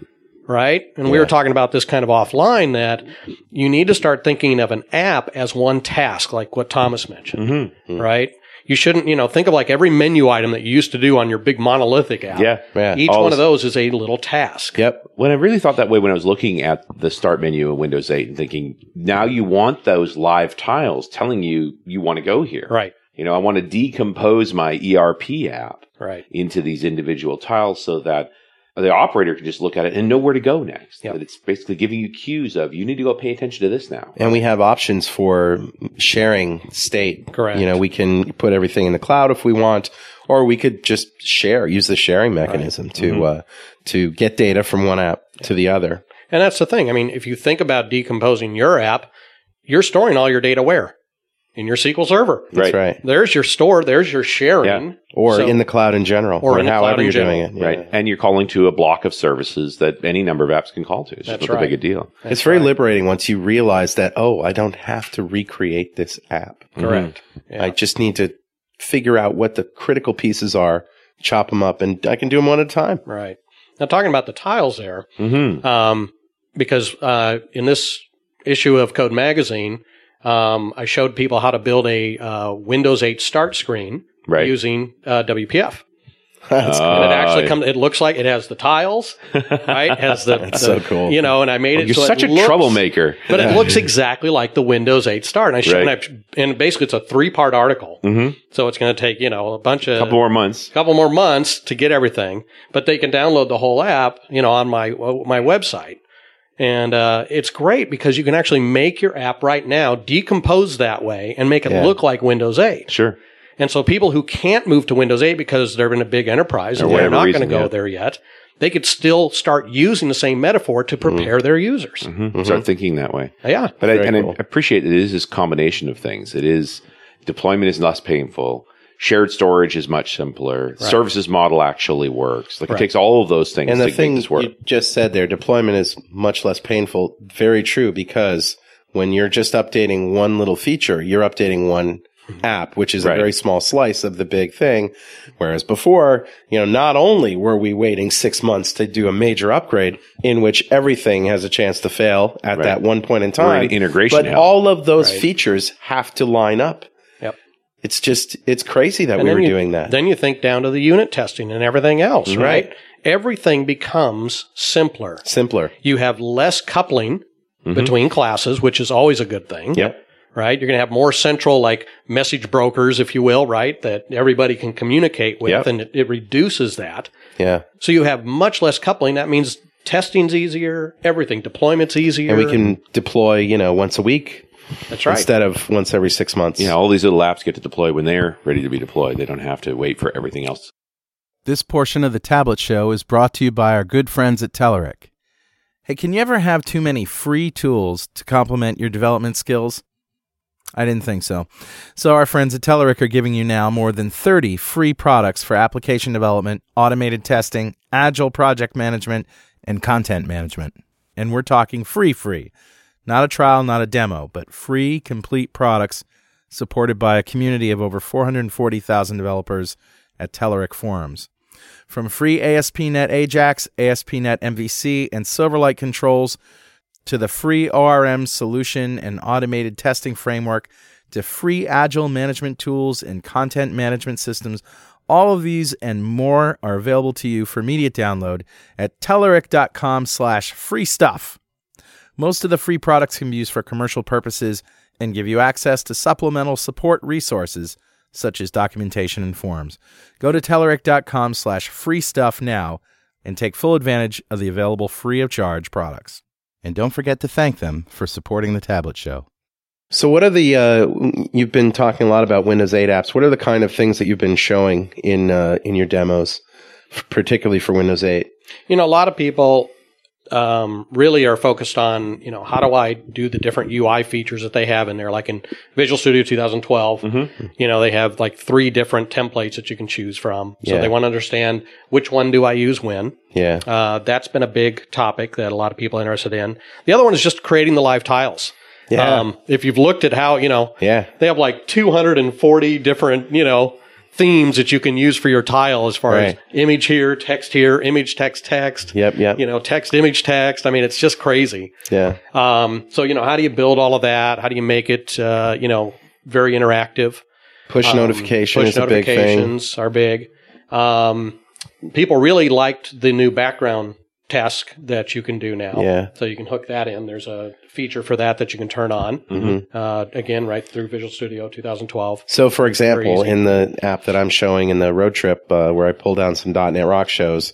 Speaker 4: Right? And we were talking about this kind of offline that
Speaker 2: Mm-hmm.
Speaker 4: you need to start thinking of an app as one task, like what Thomas mentioned. Right? You shouldn't, you know, think of like every menu item that you used to do on your big monolithic app.
Speaker 3: Yeah.
Speaker 2: Yeah.
Speaker 4: Each
Speaker 3: All
Speaker 4: one
Speaker 3: this-
Speaker 4: of those is a little task.
Speaker 2: Yep.
Speaker 3: When I really thought that way when I was looking at the start menu in Windows 8 and thinking, now you want those live tiles telling you you want to go here.
Speaker 4: Right.
Speaker 3: You know, I want to decompose my ERP app
Speaker 4: Right.
Speaker 3: into these individual tiles so that the operator can just look at it and know where to go next.
Speaker 4: Yeah.
Speaker 3: That it's basically giving you cues of you need to go pay attention to this now.
Speaker 2: And we have options for sharing state.
Speaker 4: Correct.
Speaker 2: You know, we can put everything in the cloud if we want, or we could just share, use the sharing mechanism to
Speaker 4: Mm-hmm.
Speaker 2: uh, to get data from one app to the other.
Speaker 4: And that's the thing. I mean, if you think about decomposing your app, you're storing all your data where? In your SQL server.
Speaker 2: That's right.
Speaker 4: There's your store, there's your sharing.
Speaker 2: Or
Speaker 4: So-
Speaker 2: in the cloud in general,
Speaker 4: Or in the
Speaker 2: however
Speaker 4: cloud in
Speaker 2: you're doing it.
Speaker 4: general.
Speaker 2: Yeah.
Speaker 3: Right. And you're calling to a block of services that any number of apps can call to. It's just
Speaker 4: That's
Speaker 3: not that
Speaker 4: right.
Speaker 3: big a deal.
Speaker 2: It's very liberating once you realize that, oh, I don't have to recreate this app.
Speaker 4: Correct.
Speaker 2: Mm-hmm.
Speaker 4: Yeah.
Speaker 2: I just need to figure out what the critical pieces are, chop them up, and I can do them one at a time.
Speaker 4: Right. Now, talking about the tiles there,
Speaker 3: Mm-hmm.
Speaker 4: um, because uh, in this issue of Code Magazine, um, I showed people how to build a uh, Windows 8 start screen
Speaker 3: Right.
Speaker 4: using uh, WPF.
Speaker 2: That's
Speaker 3: Uh,
Speaker 4: And it actually
Speaker 3: yeah.
Speaker 4: comes, it looks like it has the tiles, right? It has the, the-
Speaker 2: so cool.
Speaker 4: You know, and I made it
Speaker 3: oh, You're
Speaker 4: so it
Speaker 3: such a
Speaker 4: looks-
Speaker 3: troublemaker.
Speaker 4: But it looks exactly like the Windows 8 start. And I showed,
Speaker 3: Right.
Speaker 4: and, I, and basically it's a three part article.
Speaker 3: Mhm.
Speaker 4: So it's going to take, you know, a bunch of
Speaker 3: a couple more months.
Speaker 4: couple more months to get everything, but they can download the whole app, you know, on my uh, my website. And uh, it's great because you can actually make your app right now, decompose that way, and make it
Speaker 2: Yeah.
Speaker 4: look like Windows 8.
Speaker 3: Sure.
Speaker 4: And so people who can't move to Windows 8 because they're in a big enterprise
Speaker 3: Or
Speaker 4: and they're
Speaker 3: whatever
Speaker 4: not going to
Speaker 3: reason,
Speaker 4: go
Speaker 3: yeah.
Speaker 4: there yet, they could still start using the same metaphor to prepare their users.
Speaker 3: Mhm. Start thinking that way.
Speaker 4: Yeah.
Speaker 3: But I,
Speaker 2: Very
Speaker 3: and
Speaker 2: cool.
Speaker 3: I appreciate that it is this combination of things. It is deployment is less painful. Shared storage is much simpler. Services model actually works. Like it takes all of those things
Speaker 2: And the
Speaker 3: to
Speaker 2: thing
Speaker 3: make this work.
Speaker 2: you just said there, deployment is much less painful. Very true, because when you're just updating one little feature, you're updating one app, which is
Speaker 3: Right.
Speaker 2: a very small slice of the big thing. Whereas before, you know, not only were we waiting six months to do a major upgrade in which everything has a chance to fail at
Speaker 3: Right.
Speaker 2: that one point in
Speaker 3: We're
Speaker 2: time,
Speaker 3: in integration
Speaker 2: but
Speaker 3: hell.
Speaker 2: all of those features have to line up.
Speaker 4: Yep.
Speaker 2: It's just, it's crazy that
Speaker 4: And
Speaker 2: we were
Speaker 4: then you-
Speaker 2: doing that.
Speaker 4: Then you think down to the unit testing and everything else, right? Everything becomes simpler.
Speaker 2: Simpler.
Speaker 4: you have less coupling between classes, which is always a good thing.
Speaker 2: Mm-hmm. Yep.
Speaker 4: Right? You're going to have more central, like message brokers, if you will, right? That everybody can communicate with
Speaker 3: Yep.
Speaker 4: and it, it reduces that.
Speaker 2: Yeah.
Speaker 4: So you have much less coupling. That means testing's easier, everything, deployment's easier.
Speaker 2: And we can deploy, you know, once a week
Speaker 4: that's right.
Speaker 2: instead of once every six months.
Speaker 3: yeah, all these little apps get to deploy when they're ready to be deployed. They don't have to wait for everything else.
Speaker 5: This portion of the Tablet Show is brought to you by our good friends at Telerik. Hey, can you ever have too many free tools to complement your development skills? I didn't think so. So, our friends at Telerik are giving you now more than 30 free products for application development, automated testing, agile project management, and content management. And we're talking free, free. Not a trial, not a demo, but free, complete products supported by a community of over 440,000 developers at Telerik forums. From free ASP.NET AJAX, ASP.NET MVC, and Silverlight controls to the free ORM solution and automated testing framework to free agile management tools and content management systems, all of these and more are available to you for immediate download at Telerik.com slash free stuff. Most of the free products can be used for commercial purposes and give you access to supplemental support resources such as documentation and forms. Go to Telerik.com slash free stuff now and take full advantage of the available free of charge products. And don't forget to thank them for supporting the tablet show.
Speaker 2: So, what are the, uh, you've been talking a lot about Windows 8 apps. What are the kind of things that you've been showing in, uh, in your demos, f- particularly for Windows 8?
Speaker 4: you know, a lot of people um, really are focused on, you know, how do I do the different UI features that they have in there? Like in Visual Studio 2012, you know, they have like three different templates that you can choose from. So
Speaker 2: Yeah.
Speaker 4: they want to understand which one do I use when.
Speaker 2: Yeah.
Speaker 4: Uh, that's been a big topic that a lot of people are interested in. The other one is just creating the live tiles. Um,
Speaker 2: Yeah.
Speaker 4: if you've looked at how, you know,
Speaker 2: Yeah.
Speaker 4: they have like 240 different, you know, themes that you can use for your tile as far as
Speaker 2: Right.
Speaker 4: image here, text here, image, text, text.
Speaker 2: Yep. Yep.
Speaker 4: You know, text, image, text. I mean, it's just crazy.
Speaker 2: Yeah.
Speaker 4: Um, so, you know, how do you build all of that? How do you make it, uh, you know, very interactive?
Speaker 2: Push
Speaker 4: Um,
Speaker 2: notification
Speaker 4: push
Speaker 2: is a big thing.
Speaker 4: notifications are big. Um, people really liked the new background task that you can do now.
Speaker 2: Yeah.
Speaker 4: So you can hook that in. There's a feature for that that you can turn on.
Speaker 2: Mhm.
Speaker 4: Uh, again, right through Visual Studio 2012.
Speaker 2: So, for example,
Speaker 4: easy.
Speaker 2: in the app that I'm showing in the road trip, uh, where I pull down some .NET Rock shows,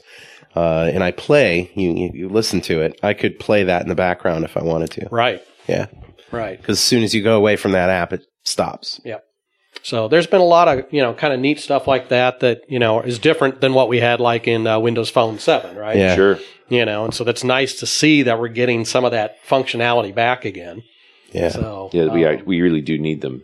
Speaker 2: uh, and I play, you, you you listen to it. I could play that in the background if I wanted to.
Speaker 4: Right.
Speaker 2: Yeah,
Speaker 4: Right.
Speaker 2: because as soon as you go away from that app, it stops.
Speaker 4: So there's been a lot of you know kind of neat stuff like that that you know is different than what we had like in uh, Windows Phone 7, right?
Speaker 2: Yeah.
Speaker 3: Sure.
Speaker 4: You know, and so that's nice to see that we're getting some of that functionality back again.
Speaker 2: Yeah.
Speaker 4: So
Speaker 3: Yeah, we
Speaker 4: um,
Speaker 3: I, we really do need them.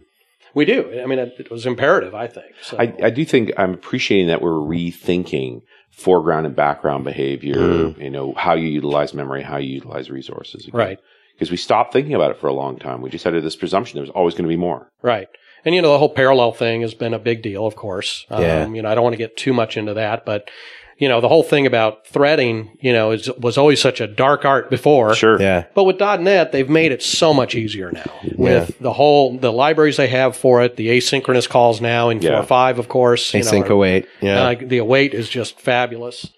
Speaker 4: we do. I mean, it, it was imperative, I think. So
Speaker 3: I, I do think I'm appreciating that we're rethinking foreground and background behavior.
Speaker 2: Mm.
Speaker 3: You know how you utilize memory, how you utilize resources. again.
Speaker 4: right,
Speaker 3: Because we stopped thinking about it for a long time. We just had this presumption there was always going to be more.
Speaker 4: right. And you know, the whole parallel thing has been a big deal, of course.
Speaker 2: Yeah.
Speaker 4: Um, you know, I don't want to get too much into that, but you know, the whole thing about threading, you know, is, was always such a dark art before.
Speaker 3: Sure.
Speaker 2: Yeah.
Speaker 4: But with .NET, they've made it so much easier now with the whole the libraries they have for it, the asynchronous calls now in
Speaker 3: Yeah.
Speaker 4: four five, of course. you know,
Speaker 2: Async
Speaker 4: are-
Speaker 2: await. Yeah.
Speaker 4: uh, the await is just fabulous.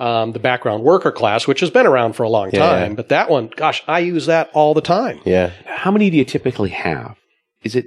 Speaker 4: Um, the background worker class, which has been around for a long
Speaker 2: Yeah,
Speaker 4: time,
Speaker 2: yeah.
Speaker 4: but that one, gosh, I use that all the time.
Speaker 2: yeah.
Speaker 3: How many do you typically have? Is it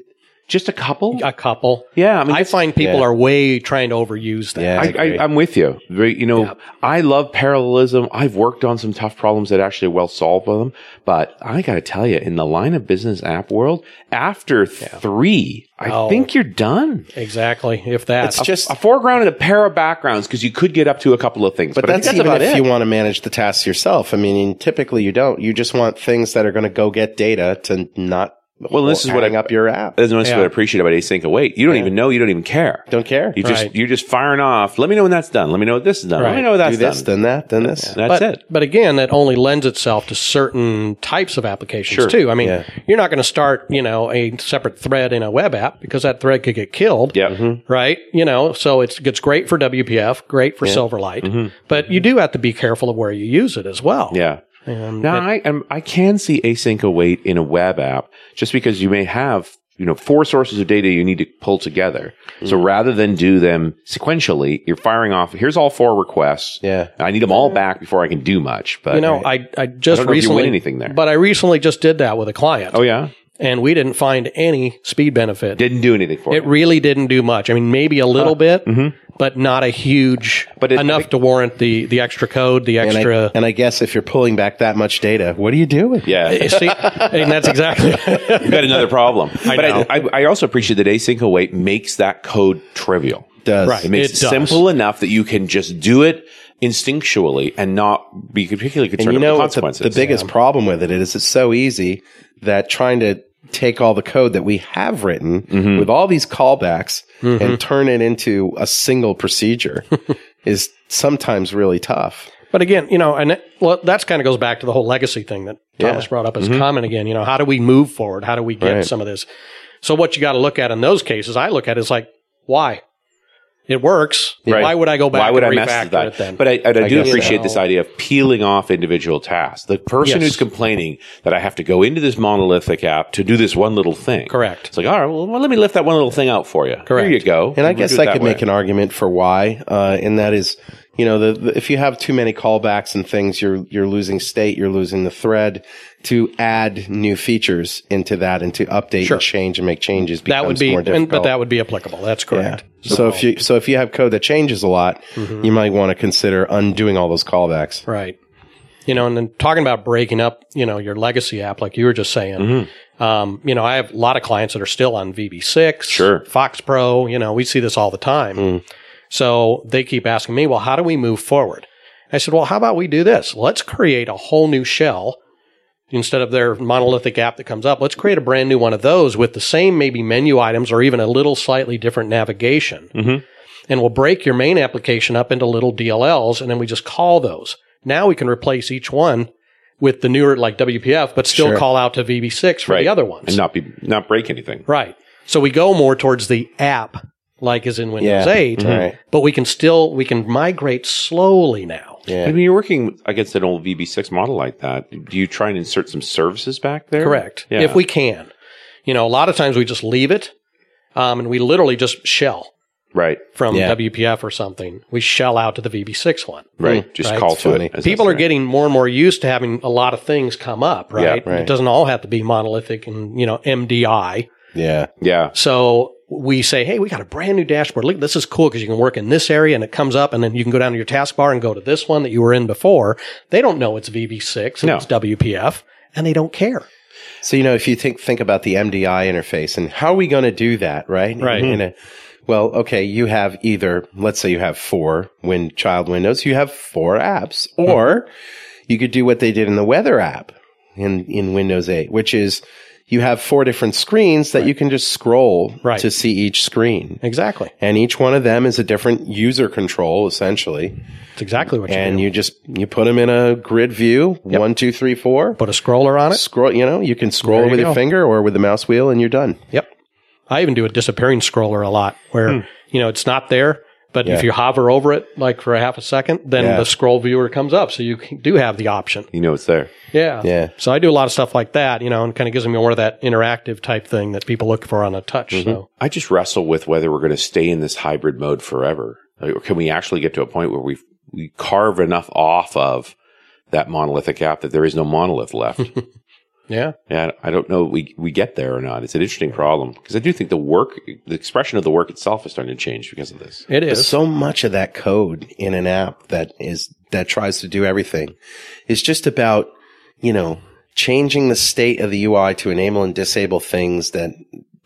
Speaker 3: just a couple?
Speaker 4: A couple.
Speaker 3: yeah. I
Speaker 4: I find people
Speaker 2: yeah.
Speaker 4: are way trying to overuse that.
Speaker 2: Yeah.
Speaker 3: I,
Speaker 2: agree.
Speaker 3: I, I'm with you. Very- You know, I love parallelism. I've worked on some tough problems that actually are well solved by them. But I got to tell you, in the line of business app world, after three, I
Speaker 4: Oh.
Speaker 3: think you're done.
Speaker 4: Exactly. If that.
Speaker 2: It's just.
Speaker 3: A foreground and a pair of backgrounds because you could get up to a couple of things.
Speaker 2: But
Speaker 3: But, I think
Speaker 2: that's, even
Speaker 3: about
Speaker 2: if
Speaker 3: it.
Speaker 2: you want to manage the tasks yourself. I mean, typically you don't. You just want things that are going to go get data to not.
Speaker 3: Well, this is what
Speaker 2: hang
Speaker 3: I-
Speaker 2: up your app.
Speaker 3: That's what I
Speaker 4: Yeah.
Speaker 3: appreciate about async await. You don't even know. You don't even care.
Speaker 2: Don't care.
Speaker 3: You just
Speaker 4: Right.
Speaker 3: you're just firing off. Let me know when that's done. Let me know when this is done. Let me
Speaker 4: Right.
Speaker 3: know when that's
Speaker 2: do this,
Speaker 3: done.
Speaker 2: then that, then this.
Speaker 3: That's
Speaker 4: but,
Speaker 3: it.
Speaker 4: But again, that only lends itself to certain types of applications
Speaker 3: Sure.
Speaker 4: too. I mean,
Speaker 2: Yeah.
Speaker 4: you're not going to start, you know, a separate thread in a web app because that thread could get killed.
Speaker 3: Yeah.
Speaker 4: Right. You know, so it's, it's great for WPF, great for Silverlight,
Speaker 2: Mm-hmm.
Speaker 4: but you do have to be careful of where you use it as well.
Speaker 3: Yeah.
Speaker 4: And
Speaker 3: No,
Speaker 4: it-
Speaker 3: I am, I can see async await in a web app just because you may have you know four sources of data you need to pull together. So rather than do them sequentially, you're firing off. Here's all four requests.
Speaker 2: Yeah.
Speaker 3: I need them all back before I can do much. But
Speaker 4: you know, I, I just
Speaker 3: I don't know if you win
Speaker 4: recently,
Speaker 3: anything there.
Speaker 4: but I recently just did that with a client
Speaker 3: oh yeah,
Speaker 4: and we didn't find any speed benefit.
Speaker 3: didn't do anything for
Speaker 4: it
Speaker 3: it.
Speaker 4: really didn't do much. I mean, maybe a little bit, but not a huge,
Speaker 3: Mm-hmm. But
Speaker 4: but
Speaker 3: it-
Speaker 4: enough to warrant the, the extra code, the
Speaker 2: And
Speaker 4: extra.
Speaker 2: I, and I guess if you're pulling back that much data, what are you doing?
Speaker 3: yeah,
Speaker 4: You see, and that's exactly.
Speaker 3: you got another problem. but
Speaker 4: know.
Speaker 3: I, I, I also appreciate that async await makes that code trivial.
Speaker 2: Does
Speaker 4: Right.
Speaker 3: It makes it,
Speaker 4: It does.
Speaker 3: simple enough that you can just do it instinctually and not be particularly concerned
Speaker 2: And you know
Speaker 3: about
Speaker 2: what the,
Speaker 3: consequences.
Speaker 2: the biggest problem with it is it's so easy that trying to take all the code that we have written
Speaker 4: Mm-hmm.
Speaker 2: with all these callbacks and turn it into a single procedure is sometimes really tough.
Speaker 4: But again, you know, and it, well, that's kind of goes back to the whole legacy thing that Thomas brought up as
Speaker 3: Mm-hmm.
Speaker 4: common again. You know, how do we move forward? How do we get
Speaker 2: Right.
Speaker 4: some of this? So what you got to look at in those cases, I look at is like, why? It works.
Speaker 3: Right.
Speaker 4: Why would I go back?
Speaker 3: Why would I
Speaker 4: and
Speaker 3: mess
Speaker 4: refactor
Speaker 3: with that?
Speaker 4: It then?
Speaker 3: But I, and I do
Speaker 2: guess
Speaker 3: appreciate
Speaker 4: so.
Speaker 3: this idea of peeling off individual tasks. The person
Speaker 4: Yes.
Speaker 3: who's complaining that I have to go into this monolithic app to do this one little thing.
Speaker 4: Correct.
Speaker 3: It's like, all right, well, let me lift that one little thing out for you. There
Speaker 4: Correct.
Speaker 3: you go.
Speaker 2: And I
Speaker 3: We'll
Speaker 2: guess
Speaker 3: do it
Speaker 2: I
Speaker 3: that
Speaker 2: could
Speaker 3: way.
Speaker 2: make an argument for why, uh, and that is, you know, the, the, if you have too many callbacks and things, you're you're losing state, you're losing the thread. To add new features into that and to update
Speaker 4: Sure.
Speaker 2: and change and make changes becomes
Speaker 4: that would be,
Speaker 2: more difficult.
Speaker 4: and, but that would be applicable. That's
Speaker 2: Yeah.
Speaker 4: correct.
Speaker 2: So if you so if you have code that changes a lot,
Speaker 4: Mm-hmm.
Speaker 2: you might want to consider undoing all those callbacks.
Speaker 4: Right. You know, and then talking about breaking up, you know, your legacy app, like you were just saying. Um, you know, I have a lot of clients that are still on VB6,
Speaker 3: Sure.
Speaker 4: Fox Pro. You know, we see this all the time. So they keep asking me, well, how do we move forward? I said, well, how about we do this? Let's create a whole new shell instead of their monolithic app that comes up. Let's create a brand new one of those with the same maybe menu items or even a little slightly different navigation and we'll break your main application up into little DLLs, and then we just call those. Now we can replace each one with the newer like WPF, but still
Speaker 2: Sure.
Speaker 4: call out to VB6 for
Speaker 3: Right.
Speaker 4: the other ones.
Speaker 3: and not be not break anything.
Speaker 4: Right. So we go more towards the app, like is in Windows
Speaker 2: Yeah.
Speaker 4: 8,
Speaker 2: Right.
Speaker 4: but we can still we can migrate slowly now.
Speaker 2: Yeah.
Speaker 3: I mean, you're working against an old VB6 model like that. Do you try and insert some services back there?
Speaker 4: Correct.
Speaker 3: Yeah.
Speaker 4: If we can, you know, a lot of times we just leave it. um, and we literally just shell
Speaker 3: Right.
Speaker 4: from
Speaker 5: Yeah.
Speaker 4: WPF or something. We shell out to the VB6 one.
Speaker 3: Right. Just
Speaker 4: Hmm. Right.
Speaker 3: call
Speaker 4: It's
Speaker 3: to
Speaker 2: funny.
Speaker 3: it. as
Speaker 4: People
Speaker 3: I
Speaker 4: are
Speaker 3: say.
Speaker 4: getting more and more used to having a lot of things come up,
Speaker 3: Yeah,
Speaker 4: right?
Speaker 2: right.
Speaker 4: It doesn't all have to be monolithic and, you know, MDI.
Speaker 2: Yeah.
Speaker 3: Yeah.
Speaker 4: So we say, hey, we got a brand new dashboard. Look, this is cool because you can work in this area and it comes up and then you can go down to your taskbar and go to this one that you were in before. They don't know it's VB6 and
Speaker 3: No.
Speaker 4: it's WPF and they don't care.
Speaker 2: So you know, if you think think about the MDI interface and how are we going to do that, right?
Speaker 4: Right.
Speaker 2: In a, well, okay, you have either let's say you have four win child windows, you have four apps,
Speaker 4: Mm-hmm.
Speaker 2: or you could do what they did in the weather app in in Windows 8, which is you have four different screens that you can just scroll
Speaker 4: Right.
Speaker 2: to see each screen.
Speaker 4: Exactly.
Speaker 2: And each one of them is a different user control essentially.
Speaker 4: It's exactly what you
Speaker 2: And
Speaker 4: do.
Speaker 2: you just you put them in a grid view, one, two, three, four
Speaker 4: Put a scroller on it.
Speaker 2: scroll you know you can scroll
Speaker 4: you
Speaker 2: with your
Speaker 4: go.
Speaker 2: finger or with the mouse wheel and you're done
Speaker 4: Yep. I even do a disappearing scroller a lot where, you know, it's not there, but
Speaker 2: Hmm. Yeah.
Speaker 4: if you hover over it like for a half a second, then
Speaker 2: Yeah.
Speaker 4: the scroll viewer comes up. So you c- do have the option.
Speaker 3: You know it's there.
Speaker 4: Yeah.
Speaker 2: Yeah.
Speaker 4: So I do a lot of stuff like that, you know, and kind of gives me more of that interactive type thing that people look for on a touch.
Speaker 2: Mm-hmm.
Speaker 4: So
Speaker 3: I just wrestle with whether we're going to stay in this hybrid mode forever. Like, or can we actually get to a point where we we carve enough off of that monolithic app that there is no monolith left?
Speaker 4: yeah.
Speaker 3: yeah, I don't know. If we we get there or not? It's an interesting problem because I do think the work, the expression of the work itself, is starting to change because of this.
Speaker 4: It
Speaker 2: there's
Speaker 4: is.
Speaker 2: so much of that code in an app that is that tries to do everything it's just about you know changing the state of the ui to enable and disable things that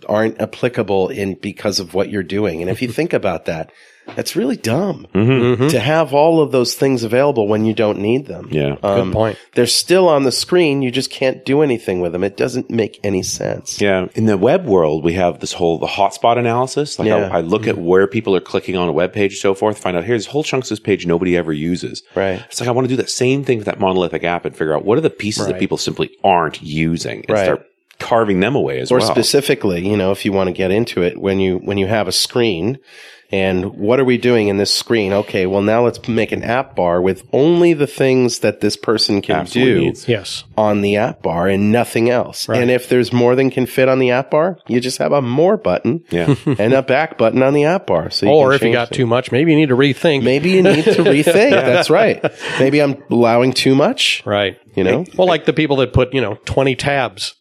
Speaker 2: aren't applicable in because of what you're doing and if you think about that that's really dumb
Speaker 4: Mm-hmm.
Speaker 2: to have all of those things available when you don't need them
Speaker 3: Yeah.
Speaker 2: um,
Speaker 4: Good point.
Speaker 2: they're still on the screen you just can't do anything with them it doesn't make any sense
Speaker 3: Yeah. In the web world, we have this whole the hotspot analysis. Like
Speaker 2: Yeah. Mm-hmm.
Speaker 3: I, I look at where people are clicking on a web page, so forth. Find out here's whole chunks of this page nobody ever uses.
Speaker 2: Right.
Speaker 3: It's like I want to do that same thing with that monolithic app and figure out what are the pieces that
Speaker 4: Right.
Speaker 3: people simply aren't using and
Speaker 2: Right.
Speaker 3: start carving them away as
Speaker 2: or
Speaker 3: well.
Speaker 2: specifically you know if you want to get into it when you when you have a screen and what are we doing in this screen okay well now let's make an app bar with only the things that this person can
Speaker 3: Absolutely
Speaker 2: do
Speaker 3: needs.
Speaker 4: Yes.
Speaker 2: on the app bar and nothing else and if there's more than can fit on the app bar you just have a more button
Speaker 3: Yeah.
Speaker 2: and a back button on the app bar so you
Speaker 4: Or
Speaker 2: can
Speaker 4: if you
Speaker 2: change
Speaker 4: got
Speaker 2: things.
Speaker 4: too much, maybe you need to rethink.
Speaker 2: maybe you need to rethink that's right maybe i'm allowing too much
Speaker 4: Right.
Speaker 2: you know
Speaker 4: Well, like the people that put, you know, 20 tabs,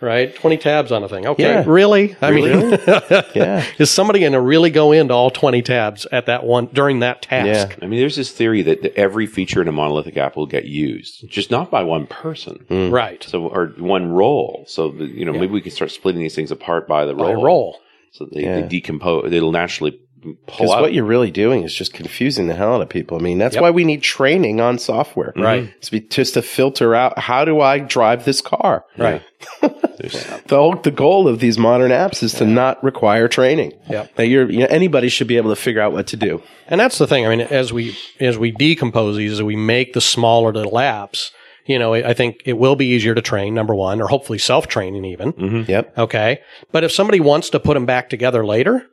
Speaker 4: right? 20 tabs on a thing. Okay.
Speaker 2: Yeah.
Speaker 4: Really? I mean,
Speaker 2: yeah
Speaker 4: is somebody going to really go into all 20 tabs at that one during that task?
Speaker 2: Yeah.
Speaker 3: I mean, there's this theory that that every feature in a monolithic app will get used, just not by one person.
Speaker 2: Mm.
Speaker 4: Right.
Speaker 3: Hmm. So, or one role. So, the, you know, maybe we can start splitting these things apart by the
Speaker 4: By
Speaker 3: role.
Speaker 4: role.
Speaker 3: So they,
Speaker 2: Yeah.
Speaker 3: they decompose. They'll naturally pull
Speaker 2: Because
Speaker 3: out.
Speaker 2: what you're really doing is just confusing the hell out of people. I mean, that's
Speaker 4: Yep.
Speaker 2: why we need training on software.
Speaker 4: Right.
Speaker 2: It's be, just to filter out how do I drive this car?
Speaker 4: Right.
Speaker 2: The whole, the goal of these modern apps is to not require training.
Speaker 4: Yep.
Speaker 2: That you're, you know, anybody should be able to figure out what to do.
Speaker 4: And that's the thing. I mean, as we as we decompose these, as we make the smaller little apps, you know, I I think it will be easier to train. Number one, or hopefully self training even.
Speaker 3: Mm-hmm.
Speaker 2: Yep.
Speaker 4: Okay, but if somebody wants to put them back together later,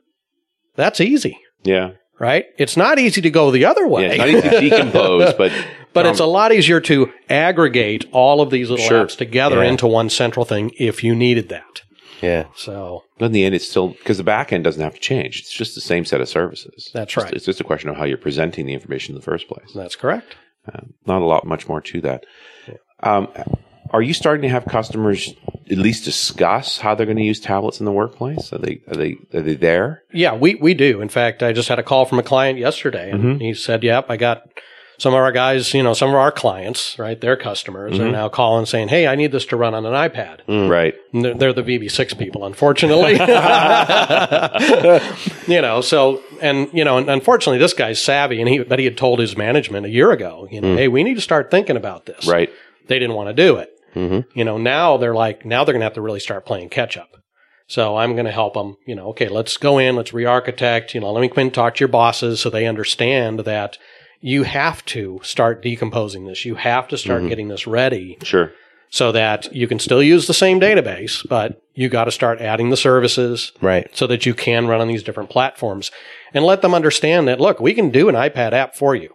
Speaker 4: that's easy,
Speaker 3: yeah.
Speaker 4: right? It's not easy to go the other
Speaker 3: Yeah.
Speaker 4: way,
Speaker 3: It's not easy to decompose, but
Speaker 4: but it's a lot easier to aggregate all of these little
Speaker 3: Sure.
Speaker 4: apps together
Speaker 2: Yeah.
Speaker 4: into one central thing if you needed that.
Speaker 2: Yeah.
Speaker 4: So
Speaker 3: in the end, it's still because the back end doesn't have to change. It's just the same set of services.
Speaker 4: That's
Speaker 3: It's just-
Speaker 4: right.
Speaker 3: It's just a question of how you're presenting the information in the first place.
Speaker 4: that's correct.
Speaker 3: Not a lot, much more to that. Um, are you starting to have customers at least discuss how they're going to use tablets in the workplace? Are they are they are they there?
Speaker 4: Yeah, we, we do. In fact, I just had a call from a client yesterday and he said, Yep, I got some of our guys, you know, some of our clients, right? Their customers are now calling saying, Hey, I need this to run on an iPad.
Speaker 3: Right.
Speaker 4: And They're, they're the VB6 people, unfortunately. you know, so, and, you know, and unfortunately, this guy's savvy and he, but he had told his management a year ago, you know, Hey, we need to start thinking about this.
Speaker 3: Right.
Speaker 4: They didn't want to do it.
Speaker 2: Mm-hmm.
Speaker 4: You know, now they're like, now they're going to have to really start playing catch up. So I'm going to help them, you know, okay, let's go in, let's re-architect, you know, let me come in and talk to your bosses so they understand that you have to start decomposing this. You have to
Speaker 2: Mm-hmm.
Speaker 4: start getting this ready
Speaker 3: Sure.
Speaker 4: so that you can still use the same database, but you got to start adding the services
Speaker 2: Right.
Speaker 4: so that you can run on these different platforms and let them understand that, look, we can do an iPad app for you.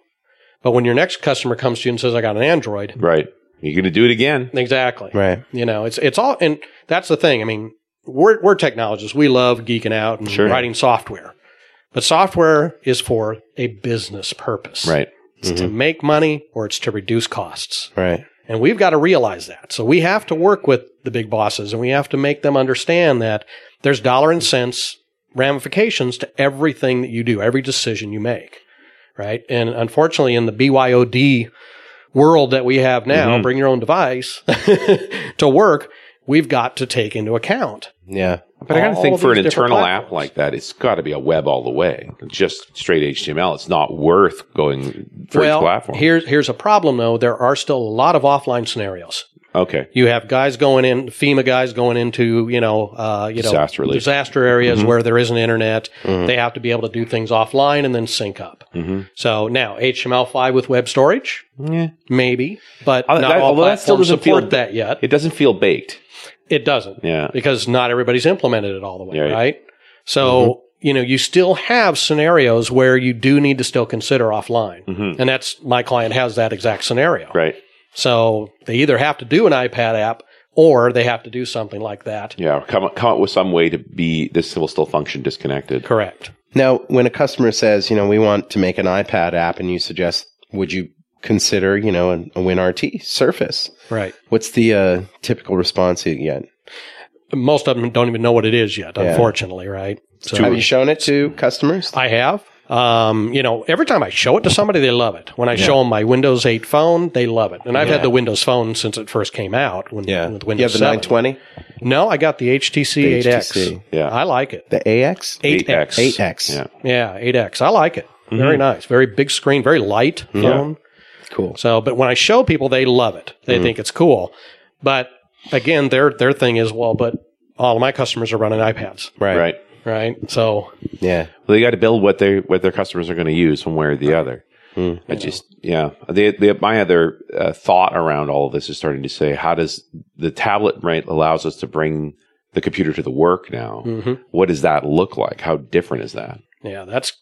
Speaker 4: But when your next customer comes to you and says, I got an Android,
Speaker 3: Right. You're going to do it again.
Speaker 4: exactly.
Speaker 2: Mm-hmm. Right.
Speaker 4: You know, it's it's all and that's the thing. I mean, we're, we're technologists. We love geeking out and
Speaker 3: Sure.
Speaker 4: writing software. But software is for a business purpose.
Speaker 3: Right. Mm-hmm.
Speaker 4: It's to make money or it's to reduce costs.
Speaker 2: Right.
Speaker 4: And we've got to realize that. So we have to work with the big bosses and we have to make them understand that there's dollar and cents ramifications to everything that you do, every decision you make. Right. And unfortunately, in the BYOD world that we have now, bring your own device to work, we've got to take into account.
Speaker 2: Yeah.
Speaker 3: But I got to
Speaker 4: all
Speaker 3: think for an
Speaker 4: these different
Speaker 3: internal app
Speaker 4: platforms.
Speaker 3: like that, it's got to be a web all the way. Just straight HTML. It's not worth going for each platform.
Speaker 4: here's here's a problem though. There are still a lot of offline scenarios.
Speaker 3: okay.
Speaker 4: You have guys going in, FEMA guys going into, you know, uh, you
Speaker 3: Disaster
Speaker 4: know,
Speaker 3: relief. Mm-hmm.
Speaker 4: disaster areas where there isn't internet. They have to be able to do things offline and then sync up. So now HTML5 with web storage,
Speaker 3: Mm-hmm. Yeah.
Speaker 4: maybe, but
Speaker 3: Uh,
Speaker 4: not
Speaker 3: that-
Speaker 4: all
Speaker 3: although that still
Speaker 4: platforms
Speaker 3: doesn't feel-
Speaker 4: support that yet.
Speaker 3: It doesn't feel baked.
Speaker 4: It doesn't.
Speaker 3: Yeah.
Speaker 4: Because not everybody's implemented it all the way,
Speaker 3: Right. Mm-hmm.
Speaker 4: right? So, you know, you still have scenarios where you do need to still consider offline.
Speaker 3: Mm-hmm.
Speaker 4: And that's my client has that exact scenario.
Speaker 3: Right.
Speaker 4: So they either have to do an iPad app or they have to do something like that.
Speaker 3: Yeah. Come up- come up with some way to be this will still function disconnected.
Speaker 4: Correct.
Speaker 2: Now, when a customer says, you know, we want to make an iPad app and you suggest, would you consider, you know, an, a WinRT Surface?
Speaker 4: Right.
Speaker 2: What's the uh, typical response you get?
Speaker 4: Most of them don't even know what it is yet,
Speaker 2: Yeah.
Speaker 4: unfortunately, right? So
Speaker 2: Have you shown it to customers?
Speaker 4: I have. Um, you know, every time I show it to somebody, they love it. When I show them my Windows 8 phone, they love it. And I've had the Windows phone since it first came out. When,
Speaker 2: yeah.
Speaker 4: with
Speaker 2: you have
Speaker 4: Windows
Speaker 2: the
Speaker 4: 7.
Speaker 2: 920,
Speaker 4: No, I got the HTC
Speaker 2: The
Speaker 4: 8X.
Speaker 2: HTC.
Speaker 3: Yeah.
Speaker 4: I like it.
Speaker 2: the AX,
Speaker 3: 8X.
Speaker 2: 8X.
Speaker 3: Yeah.
Speaker 4: Yeah, 8X. I like it. Very nice. Very big screen, very light phone.
Speaker 2: Mm-hmm. Cool. Mm-hmm.
Speaker 4: So, but when I show people, they love it. They think it's cool. But again, their their thing is well, but all of my customers are running iPads,
Speaker 2: Right.
Speaker 3: Right.
Speaker 4: right? Mm-hmm. So,
Speaker 2: Yeah.
Speaker 3: Well, they got to build what they what their customers are going to use one way or the other. I just yeah. The, the, my other uh, thought around all of this is starting to say, how does the tablet right allows us to bring the computer to the work now? What does that look like? How different is that?
Speaker 4: yeah, that's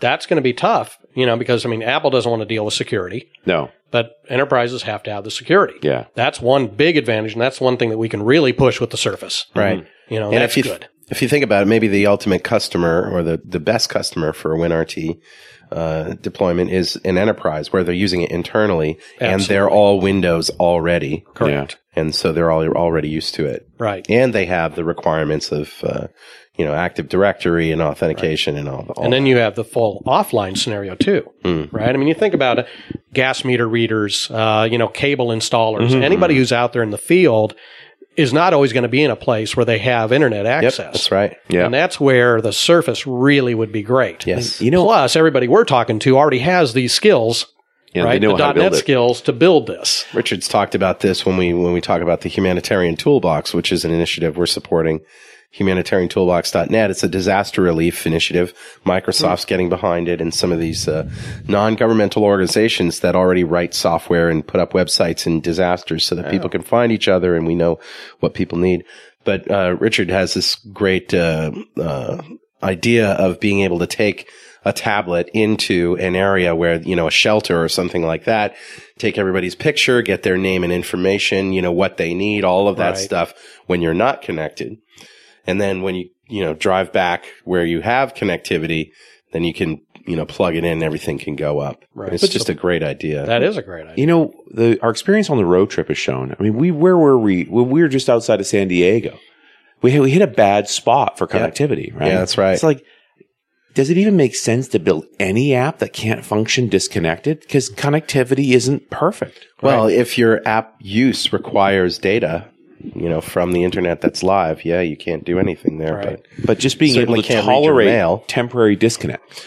Speaker 4: that's going to be tough, you know, because I mean, Apple doesn't want to deal with security,
Speaker 3: No,
Speaker 4: but enterprises have to have the security.
Speaker 3: yeah,
Speaker 4: That's one big advantage, and that's one thing that we can really push with the Surface.
Speaker 2: Right.
Speaker 4: You know,
Speaker 2: And
Speaker 4: that's
Speaker 2: if you
Speaker 4: good.
Speaker 2: if you think about it, maybe the ultimate customer or the, the best customer for a WinRT uh, deployment is an enterprise where they're using it internally and they're all Windows already,
Speaker 4: Correct.
Speaker 2: and so they're all already used to it,
Speaker 4: Right.
Speaker 2: and they have the requirements of uh, you know Active Directory and authentication and all. all
Speaker 4: And then you have the full offline scenario too,
Speaker 3: Hmm.
Speaker 4: right? I mean, you think about it, gas meter readers, uh, you know, cable installers,
Speaker 3: Mm-hmm.
Speaker 4: anybody who's out there in the field is not always going to be in a place where they have internet
Speaker 2: yep,
Speaker 4: access.
Speaker 2: that's right.
Speaker 3: yeah.
Speaker 4: And that's where the surface really would be great.
Speaker 2: Yes,
Speaker 3: you know,
Speaker 4: Plus, everybody we're talking to already has these skills,
Speaker 3: yeah,
Speaker 4: right?
Speaker 3: they know
Speaker 4: the
Speaker 3: how to build
Speaker 4: .NET
Speaker 3: it.
Speaker 4: skills to build this.
Speaker 2: Richard's talked about this when we when we talk about the humanitarian toolbox, which is an initiative we're supporting. Humanitariantoolbox.net. It's a disaster relief initiative. Microsoft's getting behind it, and some of these uh, non-governmental organizations that already write software and put up websites in disasters, so that people can find each other and we know what people need. But uh, Richard has this great uh, uh, idea of being able to take a tablet into an area where, you know, a shelter or something like that, take everybody's picture, get their name and information, you know, what they need, all of that
Speaker 4: Right.
Speaker 2: stuff when you're not connected. And then when you, you know, drive back where you have connectivity, then you can, you know, plug it in, everything can go up.
Speaker 4: Right.
Speaker 2: It's
Speaker 4: But
Speaker 2: just a great idea.
Speaker 4: That is a great idea.
Speaker 3: You know, the our experience on the road trip has shown. I mean, we where were we? Well, we were just outside of San Diego. We we hit a bad spot for connectivity, right?
Speaker 2: Yeah, that's right.
Speaker 3: It's like, does it even make sense to build any app that can't function disconnected? Because connectivity isn't perfect.
Speaker 2: Well, if your app use requires data, you know, from the internet that's live, yeah, you can't do anything there.
Speaker 4: Right.
Speaker 2: But
Speaker 3: But just being
Speaker 2: Certainly
Speaker 3: able to
Speaker 2: can't read your mail.
Speaker 3: tolerate temporary disconnect.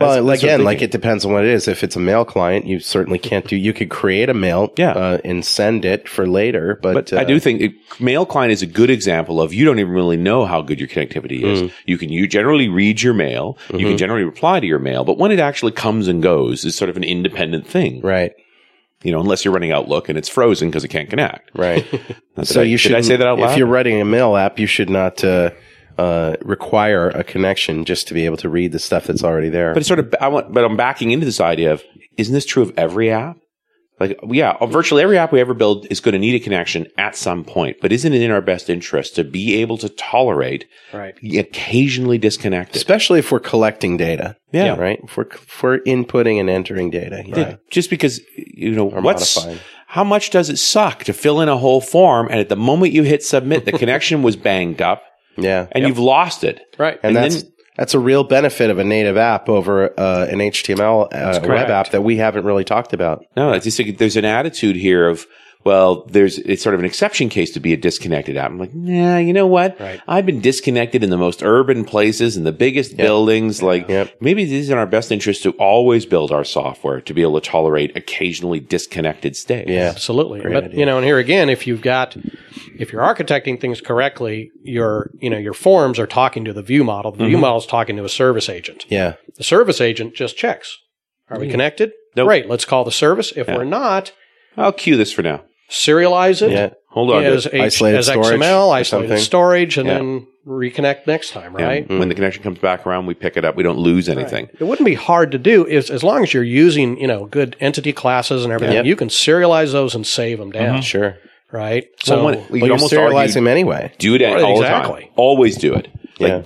Speaker 2: Well,
Speaker 3: That's- that's what
Speaker 2: again,
Speaker 3: I'm
Speaker 2: like
Speaker 3: thinking.
Speaker 2: it depends on what it is. If it's a mail client, you certainly can't do. You could create a mail,
Speaker 3: Yeah.
Speaker 2: uh, and send it for later. But,
Speaker 3: But I
Speaker 2: uh,
Speaker 3: do think it, mail client is a good example of you don't even really know how good your connectivity is.
Speaker 2: Mm-hmm.
Speaker 3: You can you generally read your mail, you can generally reply to your mail, but when it actually comes and goes is sort of an independent thing,
Speaker 2: right,
Speaker 3: you know, unless you're running Outlook and it's frozen because it can't connect.
Speaker 2: right.
Speaker 3: Did
Speaker 2: so
Speaker 3: I-
Speaker 2: you should.
Speaker 3: did I say that out loud?
Speaker 2: If you're writing a mail app, you should not uh, uh, require a connection just to be able to read the stuff that's already there.
Speaker 3: but it's sort of I want, but I'm backing into this idea of isn't this true of every app? Like, yeah, virtually every app we ever build is going to need a connection at some point, but isn't it in our best interest to be able to tolerate
Speaker 4: Right.
Speaker 3: occasionally disconnected?
Speaker 2: especially if we're collecting data.
Speaker 3: Yeah.
Speaker 2: right. If we're if we're inputting and entering data.
Speaker 3: Yeah, Just because, you know,
Speaker 2: Or
Speaker 3: what's,
Speaker 2: modifying.
Speaker 3: how much does it suck to fill in a whole form? And at the moment you hit submit, the connection was banged up
Speaker 2: Yeah,
Speaker 3: and you've lost it.
Speaker 4: Right.
Speaker 2: and,
Speaker 3: and
Speaker 2: that's
Speaker 3: then-
Speaker 2: that's a real benefit of a native app over uh, an HTML uh, web
Speaker 4: correct.
Speaker 2: app that we haven't really talked about.
Speaker 3: No, it's just like there's an attitude here of, well, there's it's sort of an exception case to be a disconnected app. I'm like, nah, you know what?
Speaker 4: Right.
Speaker 3: I've been disconnected in the most urban places and the biggest buildings. Like,
Speaker 2: Yep.
Speaker 3: maybe it is in our best interest to always build our software to be able to tolerate occasionally disconnected states.
Speaker 2: Yeah,
Speaker 4: Absolutely.
Speaker 2: Great
Speaker 4: but
Speaker 2: idea.
Speaker 4: you know, and here again, if you've got if you're architecting things correctly, your you know, your forms are talking to the view model. The view model's talking to a service agent.
Speaker 2: yeah,
Speaker 4: The service agent just checks. Are we connected?
Speaker 3: Nope.
Speaker 4: Great, let's call the service. If we're not,
Speaker 3: I'll cue this for now.
Speaker 4: serialize it
Speaker 2: yeah.
Speaker 3: Hold on. to
Speaker 4: as,
Speaker 3: it.
Speaker 4: H-
Speaker 2: Isolated
Speaker 4: as
Speaker 2: storage
Speaker 4: XML,
Speaker 2: or
Speaker 4: isolated
Speaker 2: something.
Speaker 4: storage, and
Speaker 3: Yeah.
Speaker 4: then reconnect next time,
Speaker 3: Yeah.
Speaker 4: right?
Speaker 3: When the connection comes back around, we pick it up. We don't lose anything.
Speaker 4: It wouldn't be hard to do is as long as you're using, you know, good entity classes and everything,
Speaker 2: Yep.
Speaker 4: you can serialize those and save them down,
Speaker 2: sure.
Speaker 4: right?
Speaker 3: Well,
Speaker 4: So
Speaker 3: when- we
Speaker 2: But
Speaker 3: could
Speaker 2: you're
Speaker 3: almost argue-
Speaker 2: serializing them anyway.
Speaker 3: Do it
Speaker 4: Right,
Speaker 3: all the
Speaker 4: exactly.
Speaker 3: time. Always do it. Like
Speaker 2: Yeah.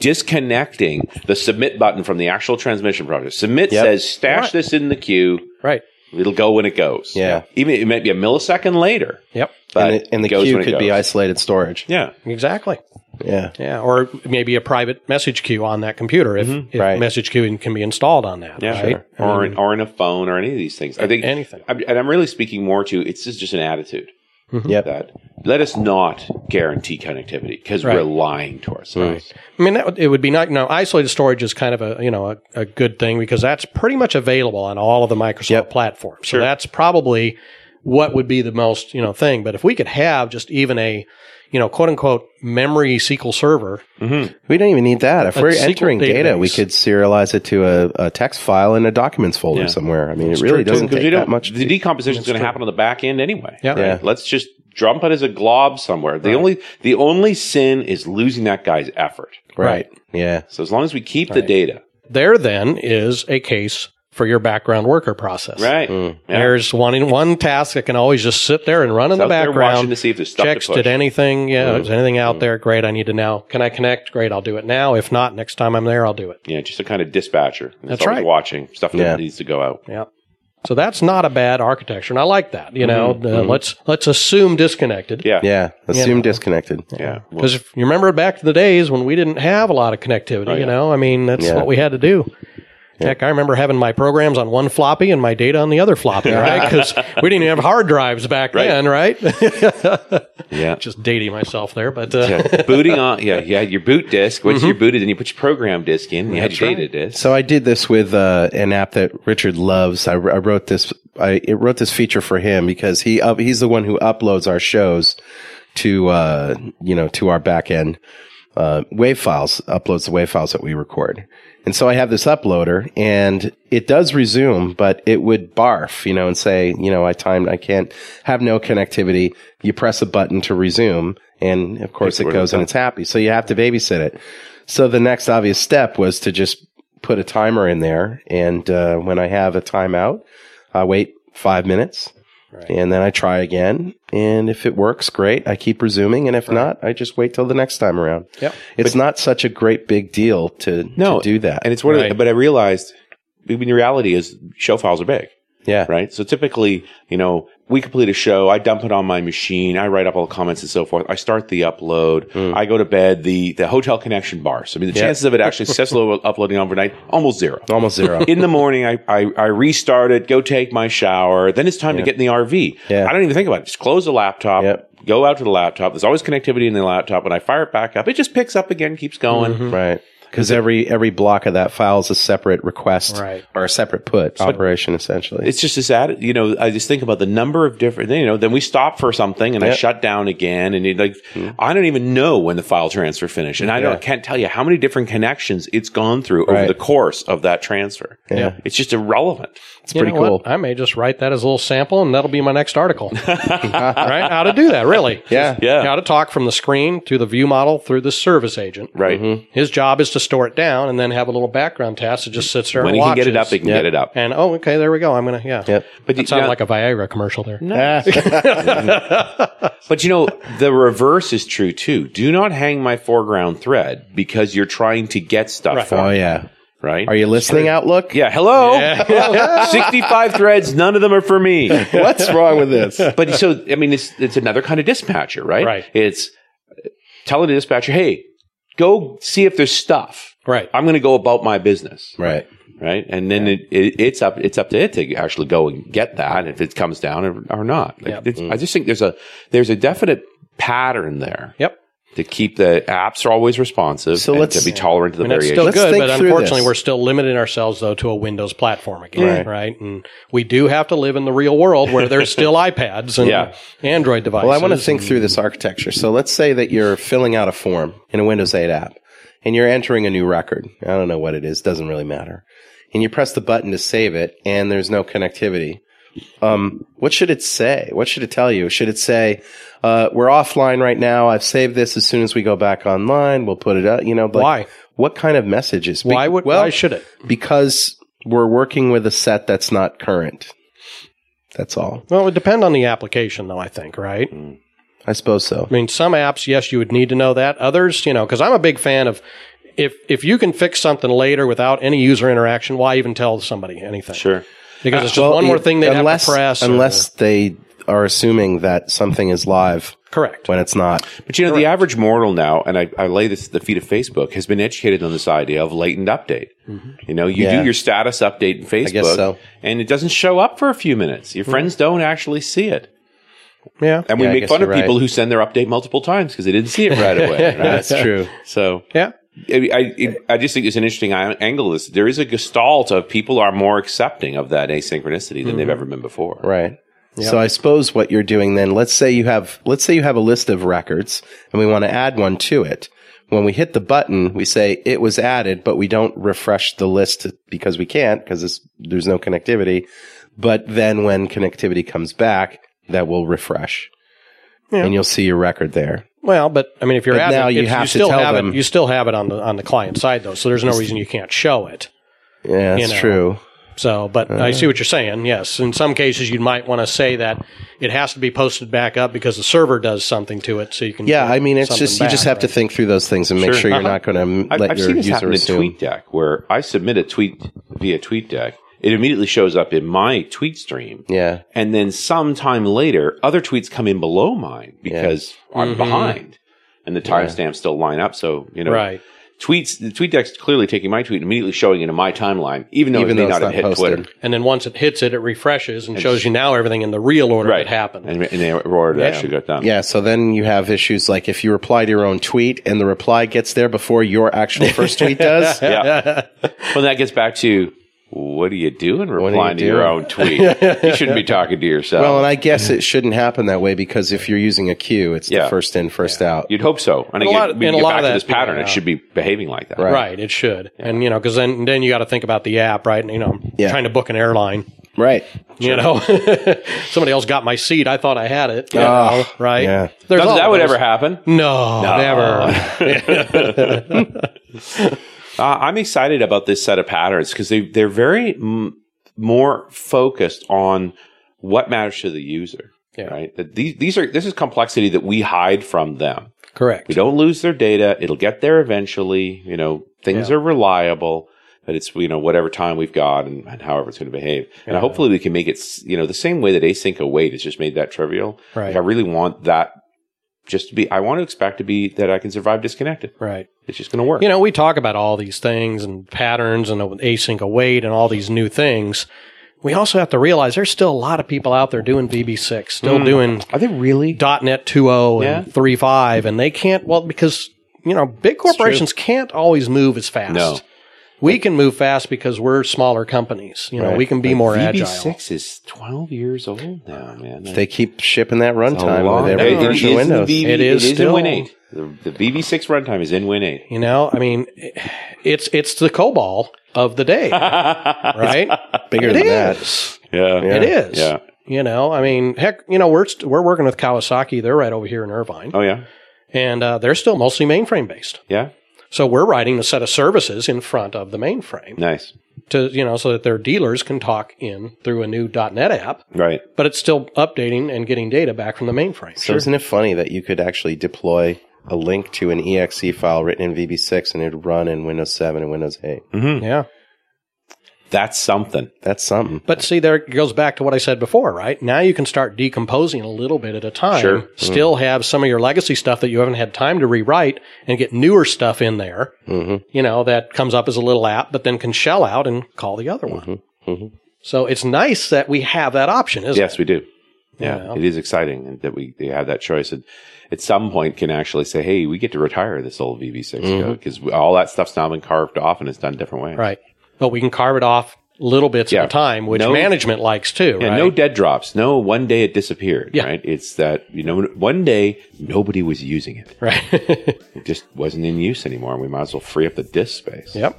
Speaker 3: disconnecting the submit button from the actual transmission process. Submit
Speaker 2: Yep.
Speaker 3: says stash
Speaker 4: Right.
Speaker 3: this in the queue.
Speaker 4: right.
Speaker 3: It'll go when it goes.
Speaker 2: Yeah.
Speaker 3: Even it might be a millisecond later,
Speaker 4: Yep.
Speaker 3: but
Speaker 2: and the, and the
Speaker 3: it goes
Speaker 2: queue
Speaker 3: when it
Speaker 2: could be
Speaker 3: goes.
Speaker 2: isolated storage.
Speaker 3: Yeah.
Speaker 4: Exactly.
Speaker 2: Yeah,
Speaker 4: Yeah, or maybe a private message queue on that computer if, if
Speaker 2: Right.
Speaker 4: message queuing can be installed on that.
Speaker 3: Mm-hmm. Yeah.
Speaker 4: right?
Speaker 3: Or, in, or in a phone or any of these things. I think
Speaker 4: Anything.
Speaker 3: I'm- and I'm really speaking more to it's just, just an attitude
Speaker 2: Mm-hmm. yep.
Speaker 3: that let us not guarantee connectivity because
Speaker 4: Right.
Speaker 3: we're lying to ourselves.
Speaker 4: I mean, that would, it would be not. You know, isolated storage is kind of a you know a, a good thing because that's pretty much available on all of the Microsoft
Speaker 2: Yep.
Speaker 4: platforms. So that's probably what would be the most you know thing. But if we could have just even a you know quote unquote memory SQL server,
Speaker 2: We don't even need that. If
Speaker 4: A
Speaker 2: we're
Speaker 4: SQL
Speaker 2: entering data, we
Speaker 4: database.
Speaker 2: could serialize it to a, a text file in a documents folder
Speaker 3: Yeah.
Speaker 2: somewhere. I mean, it really
Speaker 4: true, too,
Speaker 2: doesn't
Speaker 3: Because
Speaker 2: take
Speaker 3: we
Speaker 2: that
Speaker 3: don't,
Speaker 2: much.
Speaker 3: the decomposition is going to happen on the back end anyway.
Speaker 4: Yeah. Yeah.
Speaker 3: Let's just dump it as a glob somewhere. The only the only sin is losing that guy's effort.
Speaker 2: right. Yeah.
Speaker 3: So as long as we keep the data,
Speaker 4: there then is a case for your background worker process.
Speaker 3: right?
Speaker 2: Mm.
Speaker 3: Yeah.
Speaker 4: There's one in one task that can always just sit there and run in
Speaker 3: It's
Speaker 4: the
Speaker 3: out there watching
Speaker 4: background.
Speaker 3: to see if there's stuff
Speaker 4: checks
Speaker 3: to push.
Speaker 4: did anything yeah is anything out there great i need to now can i connect great i'll do it now if not next time i'm there i'll do it
Speaker 3: Yeah, just a kind of dispatcher. It's
Speaker 4: That's
Speaker 3: always
Speaker 4: right.
Speaker 3: Watching stuff that
Speaker 2: Yeah.
Speaker 3: needs to go out.
Speaker 4: yeah so that's not a bad architecture and i like that you know Uh, let's let's assume disconnected
Speaker 3: Yeah,
Speaker 2: Yeah. Assume
Speaker 4: know.
Speaker 2: disconnected.
Speaker 3: yeah. Well,
Speaker 4: because if you remember back to the days when we didn't have a lot of connectivity you know i mean that's
Speaker 2: Yeah.
Speaker 4: what we had to do Heck, I remember having my programs on one floppy and my data on the other floppy, right? Because we didn't even have hard drives back then, right?
Speaker 3: yeah.
Speaker 4: Just dating myself there, but uh,
Speaker 3: Yeah, booting on, yeah, you had your boot disk. Once
Speaker 4: Mm-hmm.
Speaker 3: you booted, then you put your program disk in. You had your data disk.
Speaker 2: So I did this with uh, an app that Richard loves. I, wr- I wrote this. I it wrote this feature for him because he up, he's the one who uploads our shows to uh, you know to our backend uh, wave files. Uploads the wave files that we record. And so I have this uploader, and it does resume, but it would barf, you know, and say, you know, I timed, I can't have no connectivity. You press a button to resume, and of course it goes and it's happy. So you have to babysit it. So the next obvious step was to just put a timer in there, and uh, when I have a timeout, I wait five minutes, and then I try again. And if it works, great. I keep resuming, and if not, I just wait till the next time around.
Speaker 4: Yep.
Speaker 2: it's not such a great big deal to,
Speaker 3: No,
Speaker 2: to do that.
Speaker 3: and it's one. Of the,
Speaker 4: Right.
Speaker 3: but I realized, I mean, the reality is show files are big.
Speaker 2: yeah,
Speaker 3: right? So typically, you know, we complete a show, I dump it on my machine, I write up all the comments and so forth. I start the upload,
Speaker 2: Hmm.
Speaker 3: I go to bed. The the hotel connection bar. So I mean, the chances of it actually successfully uploading overnight almost zero.
Speaker 2: almost zero.
Speaker 3: In the morning, I, I, I restart it, go take my shower. Then it's time to get in the RV.
Speaker 2: Yeah.
Speaker 3: I don't even think about it. Just close the laptop,
Speaker 2: Yep.
Speaker 3: go out to the laptop. There's always connectivity in the laptop. When I fire it back up, it just picks up again, keeps going.
Speaker 2: Right. Because every every block of that file is a separate request
Speaker 4: Right.
Speaker 2: or a separate put operation, essentially.
Speaker 3: it's just this added, you know, I just think about the number of different, you know, then we stop for something and I
Speaker 2: Yep.
Speaker 3: shut down again. And it, like, I don't even know when the file transfer finished. And I don't, can't tell you how many different connections it's gone through over
Speaker 2: Right.
Speaker 3: the course of that transfer. Yeah. It's just irrelevant.
Speaker 2: It's
Speaker 4: You
Speaker 2: pretty
Speaker 4: know
Speaker 2: cool.
Speaker 4: what? I may just write that as a little sample, and that'll be my next article. right? How to do that? Really?
Speaker 2: Yeah.
Speaker 3: Yeah.
Speaker 4: How to talk from the screen to the view model through the service agent.
Speaker 2: Mm-hmm.
Speaker 3: Right.
Speaker 4: His job is to store it down and then have a little background task that just sits there
Speaker 3: When
Speaker 4: and
Speaker 3: he can
Speaker 4: watches.
Speaker 3: get it up, he can
Speaker 2: Yep.
Speaker 3: get it up.
Speaker 4: and oh, okay, there we go. I'm gonna yeah.
Speaker 2: Yep.
Speaker 3: But
Speaker 4: That
Speaker 3: you-
Speaker 4: sounded
Speaker 3: now-
Speaker 4: like a Viagra commercial there.
Speaker 3: But you know, the reverse is true too. Do not hang my foreground thread because you're trying to get stuff
Speaker 4: Right.
Speaker 3: from
Speaker 2: Oh
Speaker 3: it,
Speaker 2: yeah.
Speaker 3: right?
Speaker 2: Are you listening, Outlook?
Speaker 3: yeah, hello. 65 threads, none of them are for me.
Speaker 2: What's wrong with this?
Speaker 3: But so I mean it's it's another kind of dispatcher, right?
Speaker 4: Right.
Speaker 3: It's uh, telling the dispatcher, "Hey, go see if there's stuff.
Speaker 4: Right.
Speaker 3: I'm going to go about my business."
Speaker 2: Right.
Speaker 3: Right? And then it, it, it's up it's up to it to actually go and get that if it comes down or, or not. Like,
Speaker 4: Yep. Mm.
Speaker 3: it's- I just think there's a there's a definite pattern there.
Speaker 4: Yep.
Speaker 3: to keep the apps are always responsive
Speaker 2: So
Speaker 3: and
Speaker 2: let's-
Speaker 3: to be tolerant to the
Speaker 4: I mean, that's
Speaker 3: variation.
Speaker 4: still
Speaker 2: Let's
Speaker 4: good,
Speaker 2: think
Speaker 4: but
Speaker 2: through
Speaker 4: unfortunately,
Speaker 2: this.
Speaker 4: we're still limiting ourselves though to a Windows platform
Speaker 2: Right.
Speaker 4: again, right. And we do have to live in the real world where there's still iPads and
Speaker 3: Yeah.
Speaker 4: Android devices.
Speaker 2: Well, I want to think through this architecture. So let's say that you're filling out a form in a Windows 8 app and you're entering a new record. I don't know what it is, doesn't really matter. And you press the button to save it and there's no connectivity. Um, what should it say? What should it tell you? Should it say, uh, we're offline right now. I've saved this. As soon as we go back online, we'll put it up. You know, like,
Speaker 4: Why?
Speaker 2: What kind of message is?
Speaker 4: Why would?
Speaker 2: well,
Speaker 4: why should it?
Speaker 2: because we're working with a set that's not current. That's all.
Speaker 4: Well, it would depend on the application, though. I think right.
Speaker 2: I suppose so.
Speaker 4: I mean, some apps, yes, you would need to know that. Others, you know, because I'm a big fan of if if you can fix something later without any user interaction, why even tell somebody anything?
Speaker 3: sure.
Speaker 4: Because it's just one
Speaker 2: Well,
Speaker 4: more
Speaker 2: it-
Speaker 4: thing they have
Speaker 2: unless,
Speaker 4: to press. or-
Speaker 2: Unless they are assuming that something is live
Speaker 4: correct.
Speaker 2: when it's not.
Speaker 3: But you know, the average mortal now, and I, I lay this at the feet of Facebook, has been educated on this idea of latent update. You know, you
Speaker 2: Mm-hmm. Yeah.
Speaker 3: do your status update in Facebook,
Speaker 2: guess so. Mm-hmm.
Speaker 3: and it doesn't show up for a few minutes. Your friends don't actually see it.
Speaker 4: Yeah.
Speaker 3: And we
Speaker 2: Yeah, I
Speaker 3: make
Speaker 2: guess
Speaker 3: fun of
Speaker 2: you're right.
Speaker 3: people who send their update multiple times because they didn't see it right away. Right?
Speaker 2: That's true.
Speaker 3: So
Speaker 4: Yeah.
Speaker 3: I, I, it- I just think it's an interesting an- angle. Is there is a gestalt of people are more accepting of that asynchronicity
Speaker 2: Mm-hmm.
Speaker 3: than they've ever been before.
Speaker 2: Right. So I suppose what you're doing then, let's say you have let's say you have a list of records and we want to add one to it. When we hit the button, we say it was added, but we don't refresh the list because we can't because there's no connectivity. But then when connectivity comes back, that will refresh. And you'll see your record there.
Speaker 4: Well, but I mean, if you're
Speaker 2: But
Speaker 4: at
Speaker 2: now
Speaker 4: it,
Speaker 2: you
Speaker 4: it's-
Speaker 2: have to
Speaker 4: still
Speaker 2: tell
Speaker 4: have
Speaker 2: them-
Speaker 4: it. You still have it on the on the client side though, so there's no reason you can't show it.
Speaker 2: Yeah, that's
Speaker 4: know.
Speaker 2: true.
Speaker 4: So, but I see what you're saying. Yes, in some cases you might want to say that it has to be posted back up because the server does something to it, so you can.
Speaker 2: Yeah,
Speaker 4: get
Speaker 2: I mean, it's
Speaker 4: something
Speaker 2: just you just
Speaker 4: back,
Speaker 2: have to
Speaker 4: right?
Speaker 2: think through those things and make
Speaker 3: Sure.
Speaker 2: sure you're
Speaker 3: Uh-huh.
Speaker 2: not going to
Speaker 3: I've,
Speaker 2: let
Speaker 3: I've
Speaker 2: your
Speaker 3: seen this
Speaker 2: user
Speaker 3: happen
Speaker 2: assume.
Speaker 3: in TweetDeck, where I submit a tweet via TweetDeck. It immediately shows up in my tweet stream.
Speaker 2: Yeah,
Speaker 3: And then sometime later, other tweets come in below mine because I'm
Speaker 2: Mm-hmm.
Speaker 3: behind and the timestamps still line up. So, you know,
Speaker 4: Right.
Speaker 3: tweets, the TweetDeck's clearly taking my tweet and immediately showing it in my timeline, even though
Speaker 2: Even
Speaker 3: it
Speaker 2: though
Speaker 3: may
Speaker 2: it's not
Speaker 3: not have hit
Speaker 2: posted.
Speaker 3: Twitter.
Speaker 4: And then once it hits it, it refreshes and shows you now everything in the real order
Speaker 3: Right.
Speaker 4: that happened.
Speaker 3: And, and the order that actually got done.
Speaker 2: yeah. So then you have issues like if you reply to your own tweet and the reply gets there before your actual first tweet does.
Speaker 3: yeah. well, that gets back to what are you doing replying to your
Speaker 2: doing?
Speaker 3: own tweet? you shouldn't be talking to yourself.
Speaker 2: Well, and I guess it shouldn't happen that way because if you're using a queue, it's
Speaker 3: Yeah.
Speaker 2: the first in, first out.
Speaker 3: You'd hope so. And,
Speaker 4: a
Speaker 3: again,
Speaker 4: lot-
Speaker 3: we get
Speaker 4: and a lot
Speaker 3: back
Speaker 4: of
Speaker 3: to
Speaker 4: that
Speaker 3: this
Speaker 4: is being
Speaker 3: pattern. It
Speaker 4: out.
Speaker 3: should be behaving like that.
Speaker 4: Right. it should. And you know, because then then you got to think about the app, right? And you know, I'm
Speaker 2: Yeah.
Speaker 4: trying to book an airline.
Speaker 2: Right.
Speaker 4: You know, somebody else got my seat. I thought I had it. you know, right?
Speaker 2: yeah.
Speaker 4: There's
Speaker 3: Not that
Speaker 4: all
Speaker 3: that would
Speaker 4: those-
Speaker 3: ever happen.
Speaker 4: No, never.
Speaker 3: Uh, I'm excited about this set of patterns because they, they're very m- more focused on what matters to the user.
Speaker 4: Yeah.
Speaker 3: Right. That these, these are, this is complexity that we hide from them.
Speaker 4: Correct.
Speaker 3: We don't lose their data. It'll get there eventually. You know, things are reliable, but it's, you know, whatever time we've got and, and however it's going to behave. And hopefully we can make it, s- you know, the same way that async await has just made that trivial.
Speaker 4: Right.
Speaker 3: Like I really want that just to be, I want to expect to be that I can survive disconnected.
Speaker 4: Right.
Speaker 3: It's just going to work.
Speaker 4: You know, we talk about all these things and patterns and async await and all these new things. We also have to realize there's still a lot of people out there doing VB6, still doing
Speaker 3: Hmm. are they really?
Speaker 4: .NET 2.0
Speaker 3: Yeah.
Speaker 4: and 3.5, and they can't, well, because, you know, big corporations can't always move as fast.
Speaker 3: No.
Speaker 4: We can move fast because we're smaller companies. You know, we can be more agile.
Speaker 3: VB6 is 12 years old now, man.
Speaker 2: They keep shipping that
Speaker 3: long-
Speaker 2: runtime with every
Speaker 3: No,
Speaker 2: version
Speaker 3: it
Speaker 2: of
Speaker 3: is in the
Speaker 2: Windows.
Speaker 3: VB
Speaker 4: It is
Speaker 3: it is
Speaker 4: still-
Speaker 3: in Win8. The, the VB6 runtime is in Win8.
Speaker 4: You know, I mean, it's it's the COBOL of the day, right?
Speaker 2: Bigger
Speaker 4: It
Speaker 2: than that.
Speaker 4: is.
Speaker 3: Yeah.
Speaker 4: It is.
Speaker 3: Yeah.
Speaker 4: You know, I mean, heck, you know, we're st- we're working with Kawasaki. They're right over here in Irvine,
Speaker 3: Oh, yeah.
Speaker 4: and uh, they're still mostly mainframe based.
Speaker 3: Yeah.
Speaker 4: So we're writing a set of services in front of the mainframe
Speaker 3: Nice.
Speaker 4: to, you know, so that their dealers can talk in through a new .NET app,
Speaker 3: Right.
Speaker 4: but it's still updating and getting data back from the mainframe.
Speaker 2: So isn't it funny that you could actually deploy a link to an exe file written in VB6 and it'd run in Windows 7 and Windows 8?
Speaker 3: Mm-hmm.
Speaker 4: Yeah.
Speaker 3: That's something.
Speaker 2: That's something.
Speaker 4: But see, there it goes back to what I said before, right? Now you can start decomposing a little bit at a time.
Speaker 3: Sure. Mm.
Speaker 4: Still have some of your legacy stuff that you haven't had time to rewrite and get newer stuff in there,
Speaker 3: Mm-hmm.
Speaker 2: Mhm.
Speaker 4: you know, that comes up as a little app, but then can shell out and call the other one.
Speaker 2: mhm.
Speaker 4: So it's nice that we have that option, isn't
Speaker 3: Mm-hmm. Yes, we do. Yeah,
Speaker 4: Yeah.
Speaker 3: it is exciting and that we they have that choice, and at some point can actually say, "Hey, we get to retire this old VB6 code because all that stuff's now been carved off and it's done a different way."
Speaker 4: it? Mm-hmm. Right. But we can carve it off little bits
Speaker 3: Yeah.
Speaker 4: at a time, which
Speaker 3: No-
Speaker 4: management likes too,
Speaker 3: Yeah,
Speaker 4: right?
Speaker 3: no dead drops. No, one day it disappeared.
Speaker 4: Yeah.
Speaker 3: Right. It's that you know, one day nobody was using it.
Speaker 4: right.
Speaker 3: It just wasn't in use anymore, and we might as well free up the disk space.
Speaker 4: yep.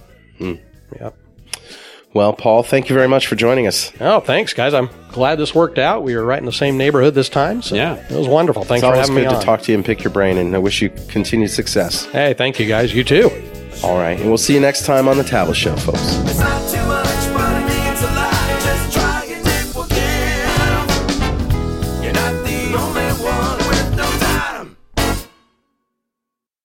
Speaker 2: Well, Paul, thank you very much for joining us.
Speaker 4: Oh, thanks, guys. I'm glad this worked out. We were right in the same neighborhood this time. So
Speaker 3: Yeah.
Speaker 4: it was wonderful.
Speaker 2: It's
Speaker 4: Thanks for
Speaker 2: always
Speaker 4: having me
Speaker 2: good to
Speaker 4: on.
Speaker 2: talk to you and pick your brain, and I wish you continued success.
Speaker 4: Hey, thank you guys. You too.
Speaker 2: All right. And we'll see you next time on The Tablet Show, folks.
Speaker 6: It's not